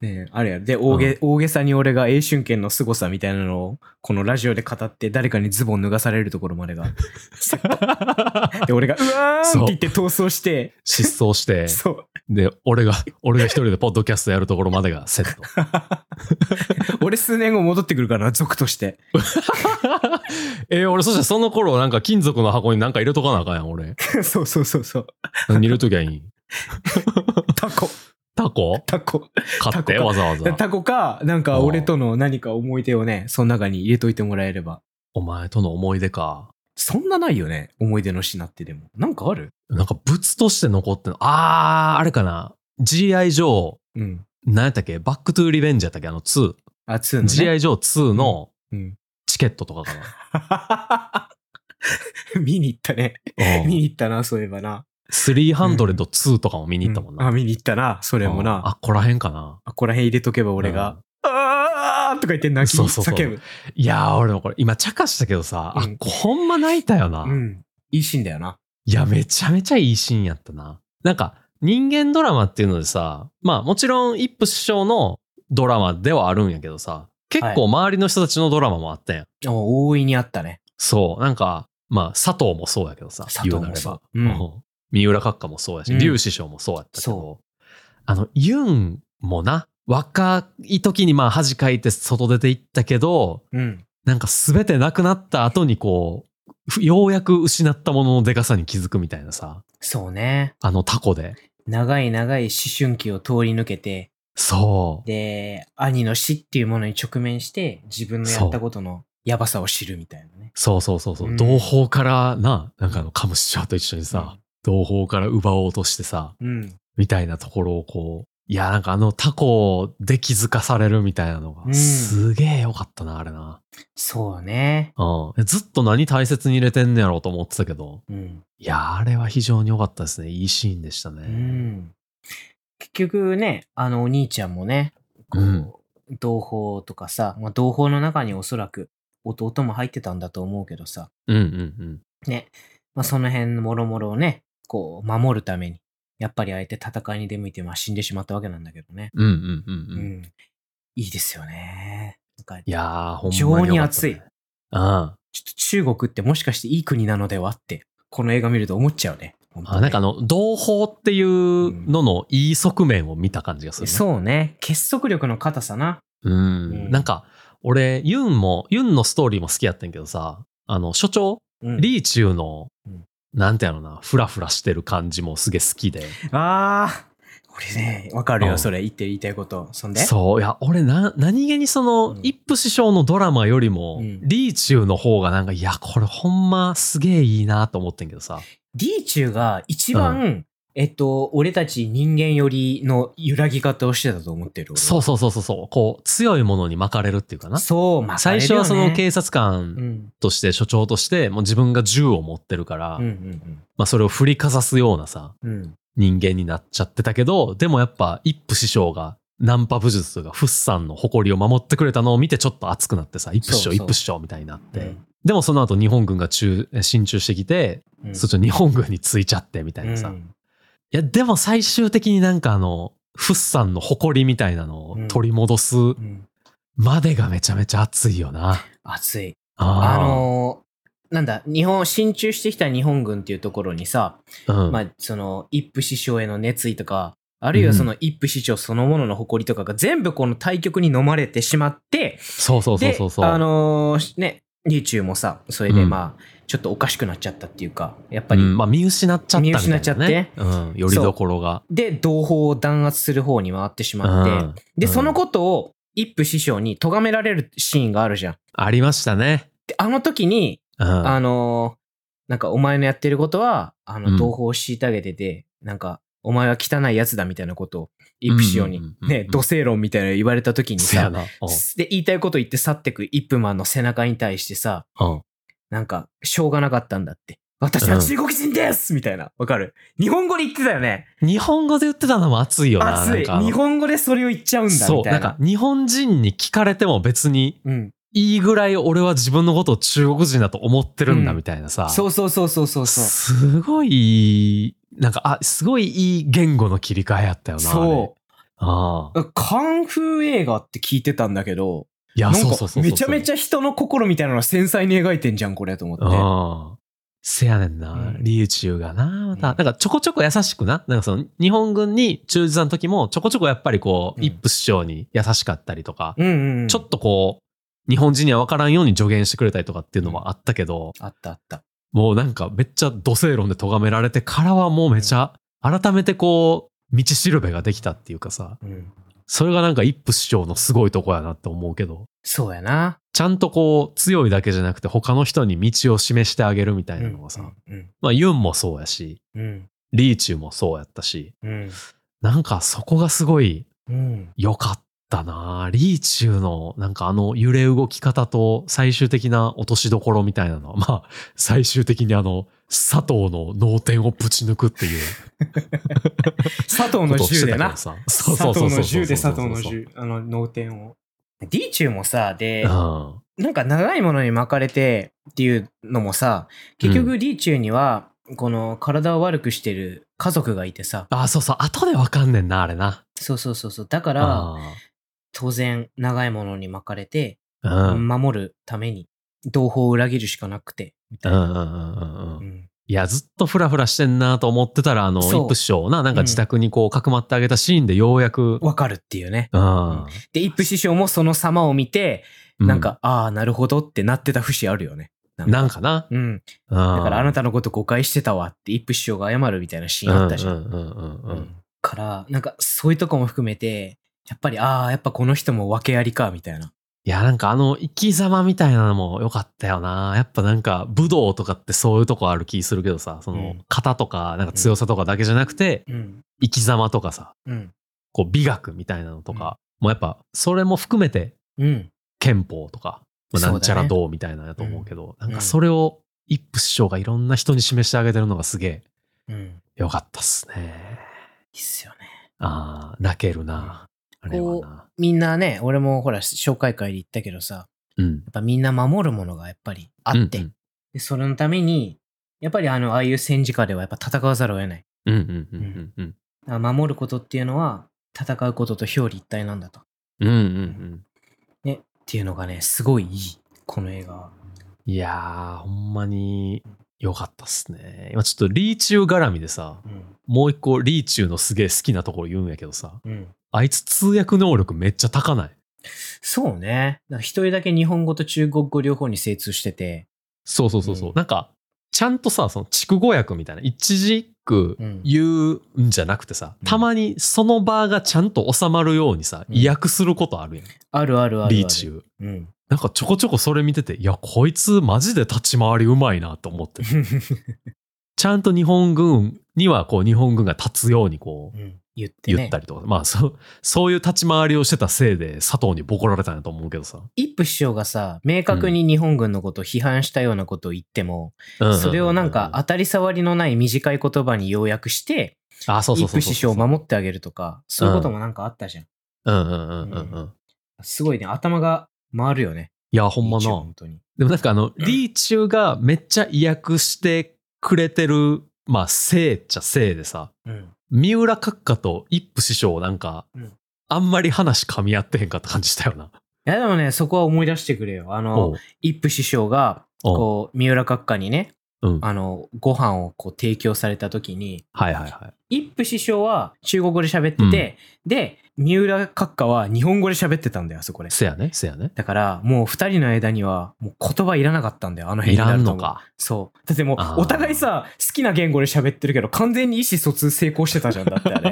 Speaker 3: ねえあれや。で、大げ、
Speaker 2: うん
Speaker 3: 大げさに俺が英春拳の凄さみたいなのを、このラジオで語って、誰かにズボン脱がされるところまでが。で、 俺が、うわーんって言って逃走して、
Speaker 2: 失踪して、
Speaker 3: そう。
Speaker 2: で、俺が、俺が一人でポッドキャストやるところまでがセット。
Speaker 3: 俺数年後戻ってくるからな、族として。
Speaker 2: えー俺、そしたらその頃、なんか金属の箱になんか入れとかなあかんや ん、俺。
Speaker 3: そうそうそうそう。
Speaker 2: 何入れときゃいいん
Speaker 3: タコ、
Speaker 2: タコ
Speaker 3: タコ。
Speaker 2: 買って、
Speaker 3: タコ
Speaker 2: わざわざ。
Speaker 3: タコか、なんか俺との何か思い出をね、その中に入れといてもらえれば。
Speaker 2: お前との思い出か。
Speaker 1: そんなないよね。思い出の品ってでも。なんかある
Speaker 2: なんか物として残ってんの。あー、あれかな。G.I. ジョー、
Speaker 1: うん。
Speaker 2: 何やったっけバックトゥーリベンジやったっけあの2。
Speaker 1: あ、2のね。
Speaker 2: G.I. ジョー2の
Speaker 1: うん。
Speaker 2: チケットとかかな。
Speaker 1: 見に行ったね。
Speaker 2: うん
Speaker 1: 見に行ったな、そういえばな。
Speaker 2: 302とかも見に行ったもんな。
Speaker 1: あ、見に行ったな、それも
Speaker 2: うん
Speaker 1: な。
Speaker 2: あ、ここら辺かな。
Speaker 1: あ、こら辺入れとけば俺が、あーとか言って泣き
Speaker 2: そうそうそう
Speaker 1: 叫ぶ。
Speaker 2: いやー、俺もこれ、今、茶化したけどさ、
Speaker 1: うん
Speaker 2: あ、ほんま泣いたよな。
Speaker 1: うん。いいシーンだよな。
Speaker 2: いや、めちゃめちゃいいシーンやったな。なんか、人間ドラマっていうのでさ、まあ、もちろん、一夫師匠のドラマではあるんやけどさ、結構周りの人たちのドラマもあったやん。
Speaker 1: お大いにあったね。
Speaker 2: そう、なんか、まあ、佐藤もそうやけどさ、
Speaker 1: 佐藤も
Speaker 2: 言うなれば。
Speaker 1: そううん
Speaker 2: ん三浦閣下もそうやし、
Speaker 1: うん
Speaker 2: 劉師匠もそうやったけど
Speaker 1: そ、
Speaker 2: あの、ユンもな、若い時にまあ恥かいて外出て行ったけど、
Speaker 1: うん。
Speaker 2: なんか全てなくなった後にこう、ふようやく失ったもののでかさに気づくみたいなさ、
Speaker 3: そうね。
Speaker 2: あのタコで。
Speaker 3: 長い長い思春期を通り抜けて、
Speaker 2: そう。
Speaker 3: で、兄の死っていうものに直面して、自分のやったことのやばさを知るみたいなね。
Speaker 2: そうそうそうそう。
Speaker 3: うん
Speaker 2: 同胞からな、なんかあの、カムシチャーと一緒にさ、同胞から奪おうとしてさ、
Speaker 3: うん。
Speaker 2: みたいなところをこう、いや、なんかあのタコで気づかされるみたいなのが、
Speaker 3: うん
Speaker 2: すげえ良かったな、あれな。
Speaker 3: そうね。
Speaker 2: うん。ずっと何大切に入れてんねやろうと思ってたけど、
Speaker 3: うん。
Speaker 2: いや、あれは非常に良かったですね。いいシーンでした
Speaker 3: う
Speaker 2: ね。
Speaker 3: ん。結局ね、あのお兄ちゃんもね、こう
Speaker 2: うん
Speaker 3: 同胞とかさ、まあ、同胞の中におそらく弟も入ってたんだと思うけどさ、
Speaker 2: うんうん
Speaker 3: ね、まあ、その辺のもろもろをね、こう、守るために、やっぱりあえて戦いに出向いて、まあ、死んでしまったわけなんだけどね。
Speaker 2: うん。うんうん
Speaker 3: う
Speaker 2: うんうん。
Speaker 3: ん。いいですよね。なんか
Speaker 2: いやー、ほんま
Speaker 3: 情に
Speaker 2: 良かった
Speaker 3: 熱
Speaker 2: ね
Speaker 3: い。。
Speaker 2: うん。
Speaker 3: ちょっと中国ってもしかしていい国なのではって、この映画見ると思っちゃうね。本当
Speaker 2: あ
Speaker 3: ね
Speaker 2: なんかあの、同胞っていうののいい側面を見た感じがする、ね。
Speaker 3: そうね。結束力の硬さな。
Speaker 2: うん。
Speaker 3: ん
Speaker 2: なんか、俺、ユンも、ユンのストーリーも好きやったんやけどさ、あの、所長
Speaker 3: うん
Speaker 2: リーチューの
Speaker 3: うん、
Speaker 2: なんてやろな、フラフラしてる感じもすげえ好きで。
Speaker 3: あー、俺ね、わかる
Speaker 2: うん
Speaker 3: よ、それ。言って言いたいこと。そんで。
Speaker 2: そう、いや、俺な、何気にその
Speaker 3: う、ん
Speaker 2: 一夫師匠のドラマよりも、
Speaker 3: うん
Speaker 2: リーチューの方がなんか、いや、これほんますげえいいなと思ってんけどさ。
Speaker 3: リーチューが一番、えっと、俺たち人間寄りの揺らぎ方をしてたと思ってる。
Speaker 2: そうそうそうそうそう、こう、強いものに巻かれるっていうかな。
Speaker 3: そう、まあ、
Speaker 2: 最初はその
Speaker 3: 経
Speaker 2: 警察
Speaker 3: う
Speaker 2: 官
Speaker 3: ん。
Speaker 2: として、所長として、もう自分が銃を持ってるから、
Speaker 3: うんうん
Speaker 2: まあそれを振りかざすようなさ、
Speaker 3: うん。うん。
Speaker 2: 人間になっちゃってたけど、でもやっぱ一夫師匠がナンパ武術というか、フッサンの誇りを守ってくれたのを見てちょっと熱くなってさ、一夫師
Speaker 3: そ
Speaker 2: 匠、
Speaker 3: う
Speaker 2: 一
Speaker 3: そう
Speaker 2: 夫師匠みたいになって。
Speaker 3: うん
Speaker 2: でもその後日本軍が中進駐してきて、
Speaker 3: うん
Speaker 2: そっちの日本軍についちゃってみたいなさ。
Speaker 3: う
Speaker 2: い
Speaker 3: ん
Speaker 2: や、でも最終的になんかあの、フッサンの誇りみたいなのを取り戻す
Speaker 3: うん
Speaker 2: までがめちゃめちゃ熱いよな。
Speaker 3: 熱い。あ
Speaker 2: あー
Speaker 3: のーなんだ、日本、進駐してきた日本軍っていうところにさ、
Speaker 2: うん
Speaker 3: まあ、その、一夫師匠への熱意とか、あるいはその一夫師匠そのものの誇りとかが全部この対局に飲まれてしまって、
Speaker 2: そうそうそうそうそう。
Speaker 3: で、あのーね、リーチューもさ、それで
Speaker 2: うん
Speaker 3: まあ、ちょっとおかしくなっちゃったっていうか、やっ
Speaker 2: う
Speaker 3: ぱり、
Speaker 2: ん、まあ見失っちゃったみたいな、ね。
Speaker 3: 見失っちゃって
Speaker 2: うん、よりどころが。
Speaker 3: で、同胞を弾圧する方に回ってしまって、
Speaker 2: うん
Speaker 3: で、
Speaker 2: うん
Speaker 3: そのことを一夫師匠に咎められるシーンがあるじゃん。
Speaker 2: ありましたね。
Speaker 3: で、あの時に、
Speaker 2: うん
Speaker 3: あのーなんかお前のやってることは、あ
Speaker 2: うん
Speaker 3: の、同胞を虐げてて、なんか、お前は汚いやつだみたいなことを、イプシオ
Speaker 2: うんうん
Speaker 3: に
Speaker 2: うん、うん
Speaker 3: ね、土星論みたいなの言われた時に
Speaker 2: せや
Speaker 3: さ、
Speaker 2: な。
Speaker 3: で、言いたいこと言って去ってくイップマンの背中に対してさ、
Speaker 2: うん。
Speaker 3: なんか、しょうがなかったんだって。私は中国人です、みたいな。わかる日本語で言ってたよね。
Speaker 2: 日本語で言ってたのも熱いよな。
Speaker 3: 熱い。
Speaker 2: なんかあの
Speaker 3: 日本語でそれを言っちゃうんだ、
Speaker 2: そ
Speaker 3: み
Speaker 2: う、
Speaker 3: た
Speaker 2: ないん
Speaker 3: な
Speaker 2: か。日本人に聞かれても別に
Speaker 3: うん。
Speaker 2: いいぐらい俺は自分のことを中国人だと思ってるんだみたいなさ。
Speaker 3: そうそうそうそうそうそう。
Speaker 2: すごい、なんか、あ、すごいいい言語の切り替えやったよな。。
Speaker 1: そう
Speaker 2: ああ。
Speaker 1: カンフー映画って聞いてたんだけど、
Speaker 2: いや、
Speaker 1: なん
Speaker 2: そうそう
Speaker 1: か
Speaker 2: そうそう。
Speaker 1: めちゃめちゃ人の心みたいなのが繊細に描いてんじゃん、これと思って。
Speaker 2: うん。せやねんな、
Speaker 1: うん
Speaker 2: リュウチュウがな、また、
Speaker 1: うん
Speaker 2: なんかちょこちょこ優しくな、なんかその日本軍に忠実な時も、ちょこちょこやっぱりこう、
Speaker 1: うん
Speaker 2: 一夫師匠に優しかったりとか、
Speaker 3: うんうんうん。
Speaker 2: ちょっとこう、日本人には分からんように助言してくれたりとかっていうのもあったけど、
Speaker 3: あったあった。
Speaker 2: もうなんかめっちゃ土星論で咎められてからはもうめちゃ、改めてこう、道しるべができたっていうかさ、
Speaker 3: うん。
Speaker 2: それがなんか一夫師匠のすごいとこやなって思うけど、
Speaker 3: そうやな。
Speaker 2: ちゃんとこう強いだけじゃなくて他の人に道を示してあげるみたいなのがさ、
Speaker 3: うん。
Speaker 2: まあユンもそうやし、
Speaker 3: うん。
Speaker 2: リーチューもそうやったし、
Speaker 3: うん。
Speaker 2: なんかそこがすごい
Speaker 3: うん。
Speaker 2: 良かったなリーチューのなんかあの揺れ動き方と最終的な落としどころみたいなのは、まあ最終的にあの佐藤の脳天をぶち抜くっていう
Speaker 1: 佐藤
Speaker 2: こ
Speaker 1: の
Speaker 2: とをし
Speaker 1: 銃
Speaker 2: て
Speaker 1: で
Speaker 2: たけ
Speaker 1: な
Speaker 2: ど。さ。そうそ
Speaker 1: 佐
Speaker 2: う
Speaker 1: 藤
Speaker 2: そうそう
Speaker 1: の銃で
Speaker 2: そ
Speaker 1: 佐
Speaker 2: うそ
Speaker 1: 藤
Speaker 2: うそう
Speaker 1: の。銃、あの、脳天を。
Speaker 3: D 中もさ、で、
Speaker 2: うん。
Speaker 3: なんか長いものに巻かれてっていうのもさ、結
Speaker 2: う
Speaker 3: 局 D 中には、この体を悪くしてる家族がいてさ、
Speaker 2: あ、そうそう。後でわかんねんな、あれな。
Speaker 3: そうそうそうそう。だから、
Speaker 2: あ
Speaker 3: 当然長いものに巻かれて、
Speaker 2: あ。うん。
Speaker 3: 守るために、同胞を裏切るしかなくて、み
Speaker 2: う
Speaker 3: たい
Speaker 2: んうん
Speaker 3: な。
Speaker 2: うんうんう。
Speaker 3: うんん
Speaker 2: いや、ずっとフラフラしてんなと思ってたら、あの、イ
Speaker 3: そう
Speaker 2: ップ師匠な、なんか自宅にこう、かくまってあげたシーンでようやく、
Speaker 3: わかるっていうね。
Speaker 2: うん。
Speaker 3: で、イップ師匠もその様を見て、
Speaker 2: う
Speaker 3: なんか、、ああ、なるほどってなってた節あるよね。
Speaker 2: なんかな。
Speaker 3: うん。
Speaker 2: だ
Speaker 3: だ
Speaker 2: か
Speaker 3: からあな
Speaker 2: た
Speaker 3: たのこと誤解してたわって、イップ師匠が謝るみたいなシーンあったじゃん。
Speaker 2: うんうんうんうんうん。
Speaker 3: から、なんかそういうとこも含めて、やっぱり、ああ、やっぱこの人も訳ありか、みたいな。
Speaker 2: いや、なんかあの、生き様みたいなのも良かったよな。やっぱなんか、武道とかってそういうとこある気するけどさ、そうの
Speaker 3: ん、
Speaker 2: 型とか、なんか強さとかだけじゃなくて、
Speaker 3: うん。
Speaker 2: 生き様とかさ、
Speaker 3: うん。
Speaker 2: こう、美学みたいなのとか、もうやっぱ、それも含めて、
Speaker 3: うん。
Speaker 2: 憲法とか、
Speaker 3: そ
Speaker 2: まあ
Speaker 3: うだね
Speaker 2: なんちゃらどうみたいなのやと思うけど、なんかそれをイップ師匠がいろんな人に示してあげてるのがすげえ
Speaker 3: うん。
Speaker 2: 良かったっすね。
Speaker 3: いいっすよね。
Speaker 2: ああ、泣けるな。あれはな。
Speaker 3: みんなね、俺もほら、紹介会で言ったけどさ、
Speaker 2: うん
Speaker 3: や。っぱみんな守るものがやっぱりあって、
Speaker 2: うん
Speaker 3: でそれのために、やっぱりあの、ああいう戦時下ではやっぱ戦わざるを得ない。
Speaker 2: うんうんうんうんうん。
Speaker 3: だから守ることっていうのは、戦うことと表裏一体なんだと。
Speaker 2: うんうんうん。
Speaker 3: ね。っていうのがね、すごいいい。この映画は。
Speaker 2: いやー、ほんまに良かったっすね。今ちょっとリーチュー絡みでさ、
Speaker 3: うん。
Speaker 2: もう一個リーチューのすげえ好きなところ言うんやけどさ、
Speaker 3: うん。
Speaker 2: あいつ通訳能力めっちゃ高ない。
Speaker 3: そうね。だから一人だけ日本語と中国語両方に精通してて、
Speaker 2: そうそうそうそう。
Speaker 3: うん
Speaker 2: なんか、ちゃんとさ、その、畜語訳みたいな、一字一句
Speaker 3: うん
Speaker 2: 言うんじゃなくてさ、
Speaker 3: うん
Speaker 2: たまにその場がちゃんと収まるようにさ、
Speaker 3: うん
Speaker 2: 意訳することあるやん、
Speaker 3: あるあるあるある。
Speaker 2: リーチュー。
Speaker 3: うん。
Speaker 2: なんかちょこちょこそれ見てて、いや、こいつマジで立ち回りうまいなと思って。ちゃんと日本軍にはこう、日本軍が立つようにこう、
Speaker 3: 言ってね。
Speaker 2: 言ったりとか、まあそう、そういう立ち回りをしてたせいで佐藤にボコられたんやと思うけどさ。
Speaker 3: イップ師匠がさ、明確に日本軍のことを批判したようなことを言っても、それをなんか当たり障りのない短い言葉に要約して、
Speaker 2: あ、そう
Speaker 3: イ
Speaker 2: そう
Speaker 3: ッ
Speaker 2: そう
Speaker 3: プ
Speaker 2: そ
Speaker 3: 師
Speaker 2: う
Speaker 3: 匠を守ってあげるとか、そういうこともなんかあったじゃん。
Speaker 2: うんうんうんうんうん。
Speaker 3: すごいね、頭が回るよね。
Speaker 2: いや、ほん
Speaker 3: リ
Speaker 2: ま
Speaker 3: ーチュー
Speaker 2: な。
Speaker 3: 本当に。
Speaker 2: でもなんかあの、
Speaker 3: うん
Speaker 2: リーチューがめっちゃ意訳してくれてる、まあ、せいっちゃせいでさ、
Speaker 3: うん。
Speaker 2: 三浦閣下と一夫師匠なんか、
Speaker 3: うん
Speaker 2: あんまり話噛み合ってへんかった感じしたよな。
Speaker 3: いやでもね、そこは思い出してくれよ。あ
Speaker 2: お
Speaker 3: の
Speaker 2: う、
Speaker 3: イップ師匠が、
Speaker 2: おう
Speaker 3: こう、三浦閣下にね、
Speaker 2: うん
Speaker 3: あの、ご飯をこう提供された時に、
Speaker 2: はいはいはい。
Speaker 3: イップ師匠は中国語で喋ってて、で、三浦閣下は日本語で喋ってたんだよ、あそこで。
Speaker 2: せやね、せやね。
Speaker 3: だから、もう二人の間には、もう言葉いらなかったんだよ、あの
Speaker 2: い
Speaker 3: 辺に
Speaker 2: ら
Speaker 3: なる
Speaker 2: ん
Speaker 3: と
Speaker 2: のか。
Speaker 3: そう。だっても
Speaker 2: あー
Speaker 3: う、お互いさ、好きな言語で喋ってるけど、完全に意思疎通成功してたじゃん、だってあ れ。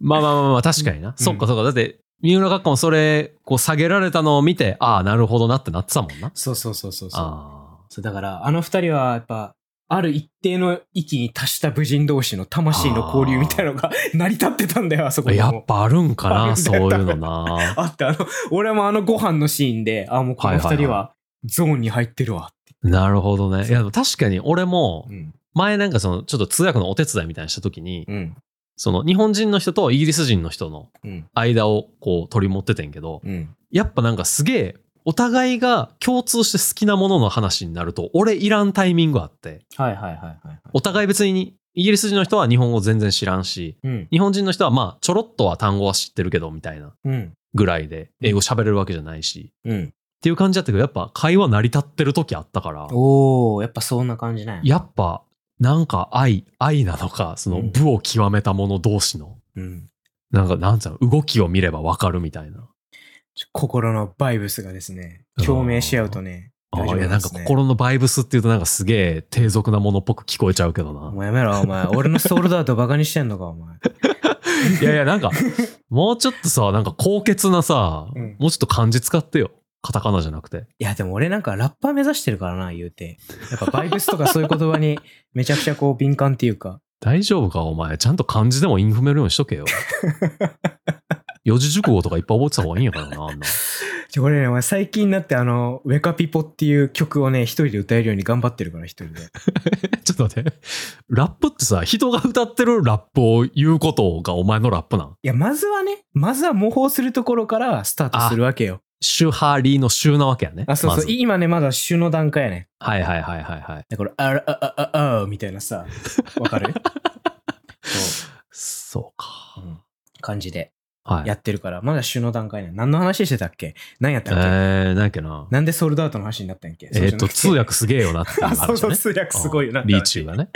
Speaker 2: まあまあまあまあ、確かにな。
Speaker 3: うん
Speaker 2: そっかそっか。だって、三浦閣下もそれ、こう下げられたのを見て、ああ、なるほどなってなってたもんな。
Speaker 3: そうそうそうそうそう。
Speaker 2: ああ。
Speaker 3: そうだから、あの二人は、やっぱ、ある一定の域に達した武人同士の魂の交流みたいなのが成り立ってたんだよ、あそこで
Speaker 2: や
Speaker 3: も
Speaker 2: っ。ぱあるんか
Speaker 3: ある
Speaker 2: な、
Speaker 3: んだよ
Speaker 2: そうい
Speaker 3: 多
Speaker 2: うの
Speaker 3: 分
Speaker 2: な。
Speaker 3: あって、あの、俺もあのご飯のシーンで、あ、もうこの
Speaker 2: は
Speaker 3: 二
Speaker 2: いはい
Speaker 3: 人
Speaker 2: は
Speaker 3: はゾーンに入ってるわ。
Speaker 2: なるほどね。いや、でも確かに俺も、
Speaker 3: うん。
Speaker 2: 前なんかその、ちょっと通訳のお手伝いみたいにした時に、
Speaker 3: うん。
Speaker 2: その、日本人の人とイギリス人の人の
Speaker 3: うん。
Speaker 2: 間をこう取り持っててんけど、
Speaker 3: うん。
Speaker 2: やっぱなんかすげえ、お互いが共通して好きなものの話になると、俺いらんタイミングあって、
Speaker 3: はいはいはいはい。
Speaker 2: お互い別に、イギリス人の人は日本語全然知らんし、
Speaker 3: うん。
Speaker 2: 日本人の人はまあ、ちょろっとは単語は知ってるけど、みたいな
Speaker 3: うん。
Speaker 2: ぐらいで、英語喋れるわけじゃないし、
Speaker 3: うん。
Speaker 2: っていう感じだったけど、やっぱ会話成り立ってる時あったから、
Speaker 3: おおやっぱそんな感じなんや。
Speaker 2: やっぱ、なんか愛、愛なのか、その
Speaker 3: うん
Speaker 2: 部を極めた者同士の、
Speaker 3: うん。
Speaker 2: なんか、なんつうの、動きを見ればわかるみたいな。
Speaker 3: 心のバイブスがですね
Speaker 2: う、ん
Speaker 3: 共鳴し合うとね、
Speaker 2: あ
Speaker 3: 大丈
Speaker 2: あいや、
Speaker 3: 夫
Speaker 2: な
Speaker 3: なんん
Speaker 2: か
Speaker 3: ですね
Speaker 2: 心のバイブスっていうとなんかすげえ低俗なものっぽく聞こえちゃうけどな。
Speaker 3: もうやめろ、お前。俺のソールドアウトバカにしてんのか、お前。
Speaker 2: いやいや、なんか、もうちょっとさ、なんか高潔なさ、
Speaker 1: うん
Speaker 2: もうちょっと漢字使ってよ。カタカナじゃなくて。
Speaker 3: いや、でも俺なんかラッパー目指してるからな、言うて。やっぱバイブスとかそういう言葉にめちゃくちゃこう敏感っていうか。
Speaker 2: 大丈夫かお前。ちゃんと漢字でもインフメるようにしとけ よ。四字熟語とかいっぱい覚えてた方がいいんやからな、あん な。
Speaker 1: ちょこれね、お前最近になってあの、ウェカピポっていう曲をね、一人で歌えるように頑張ってるから、一人で。
Speaker 2: ちょっと待って。ラップってさ、人が歌ってるラップを言うことがお前のラップなん
Speaker 1: いや、まずはね、まずは模倣するところからスタートするわけよ。
Speaker 2: シュハリーのシュなわけやね。
Speaker 1: あ、そう
Speaker 2: ま
Speaker 1: そう、
Speaker 2: ず
Speaker 1: 今ね、まだ週の段階やね。
Speaker 2: はいはいはいはいはい。
Speaker 1: だから、あら、あ、あ、あ、あ、みたいなさ、わ かるそう
Speaker 2: そうか。
Speaker 1: 感じで
Speaker 2: はい。
Speaker 1: やってるから、まだ週の段階ね。何の話してたっけ何やっ
Speaker 2: え
Speaker 1: たっけ、
Speaker 2: ー、なんやっけな。
Speaker 1: なんでソールドアウトの話になったんやっけ
Speaker 2: えーっと、通。訳すげえよなってい
Speaker 1: そうじ
Speaker 2: う
Speaker 1: ゃなくてあ、
Speaker 2: 話、
Speaker 1: そ
Speaker 2: ね。
Speaker 1: うそう、通訳すごいよな。
Speaker 2: うんリーチューがね。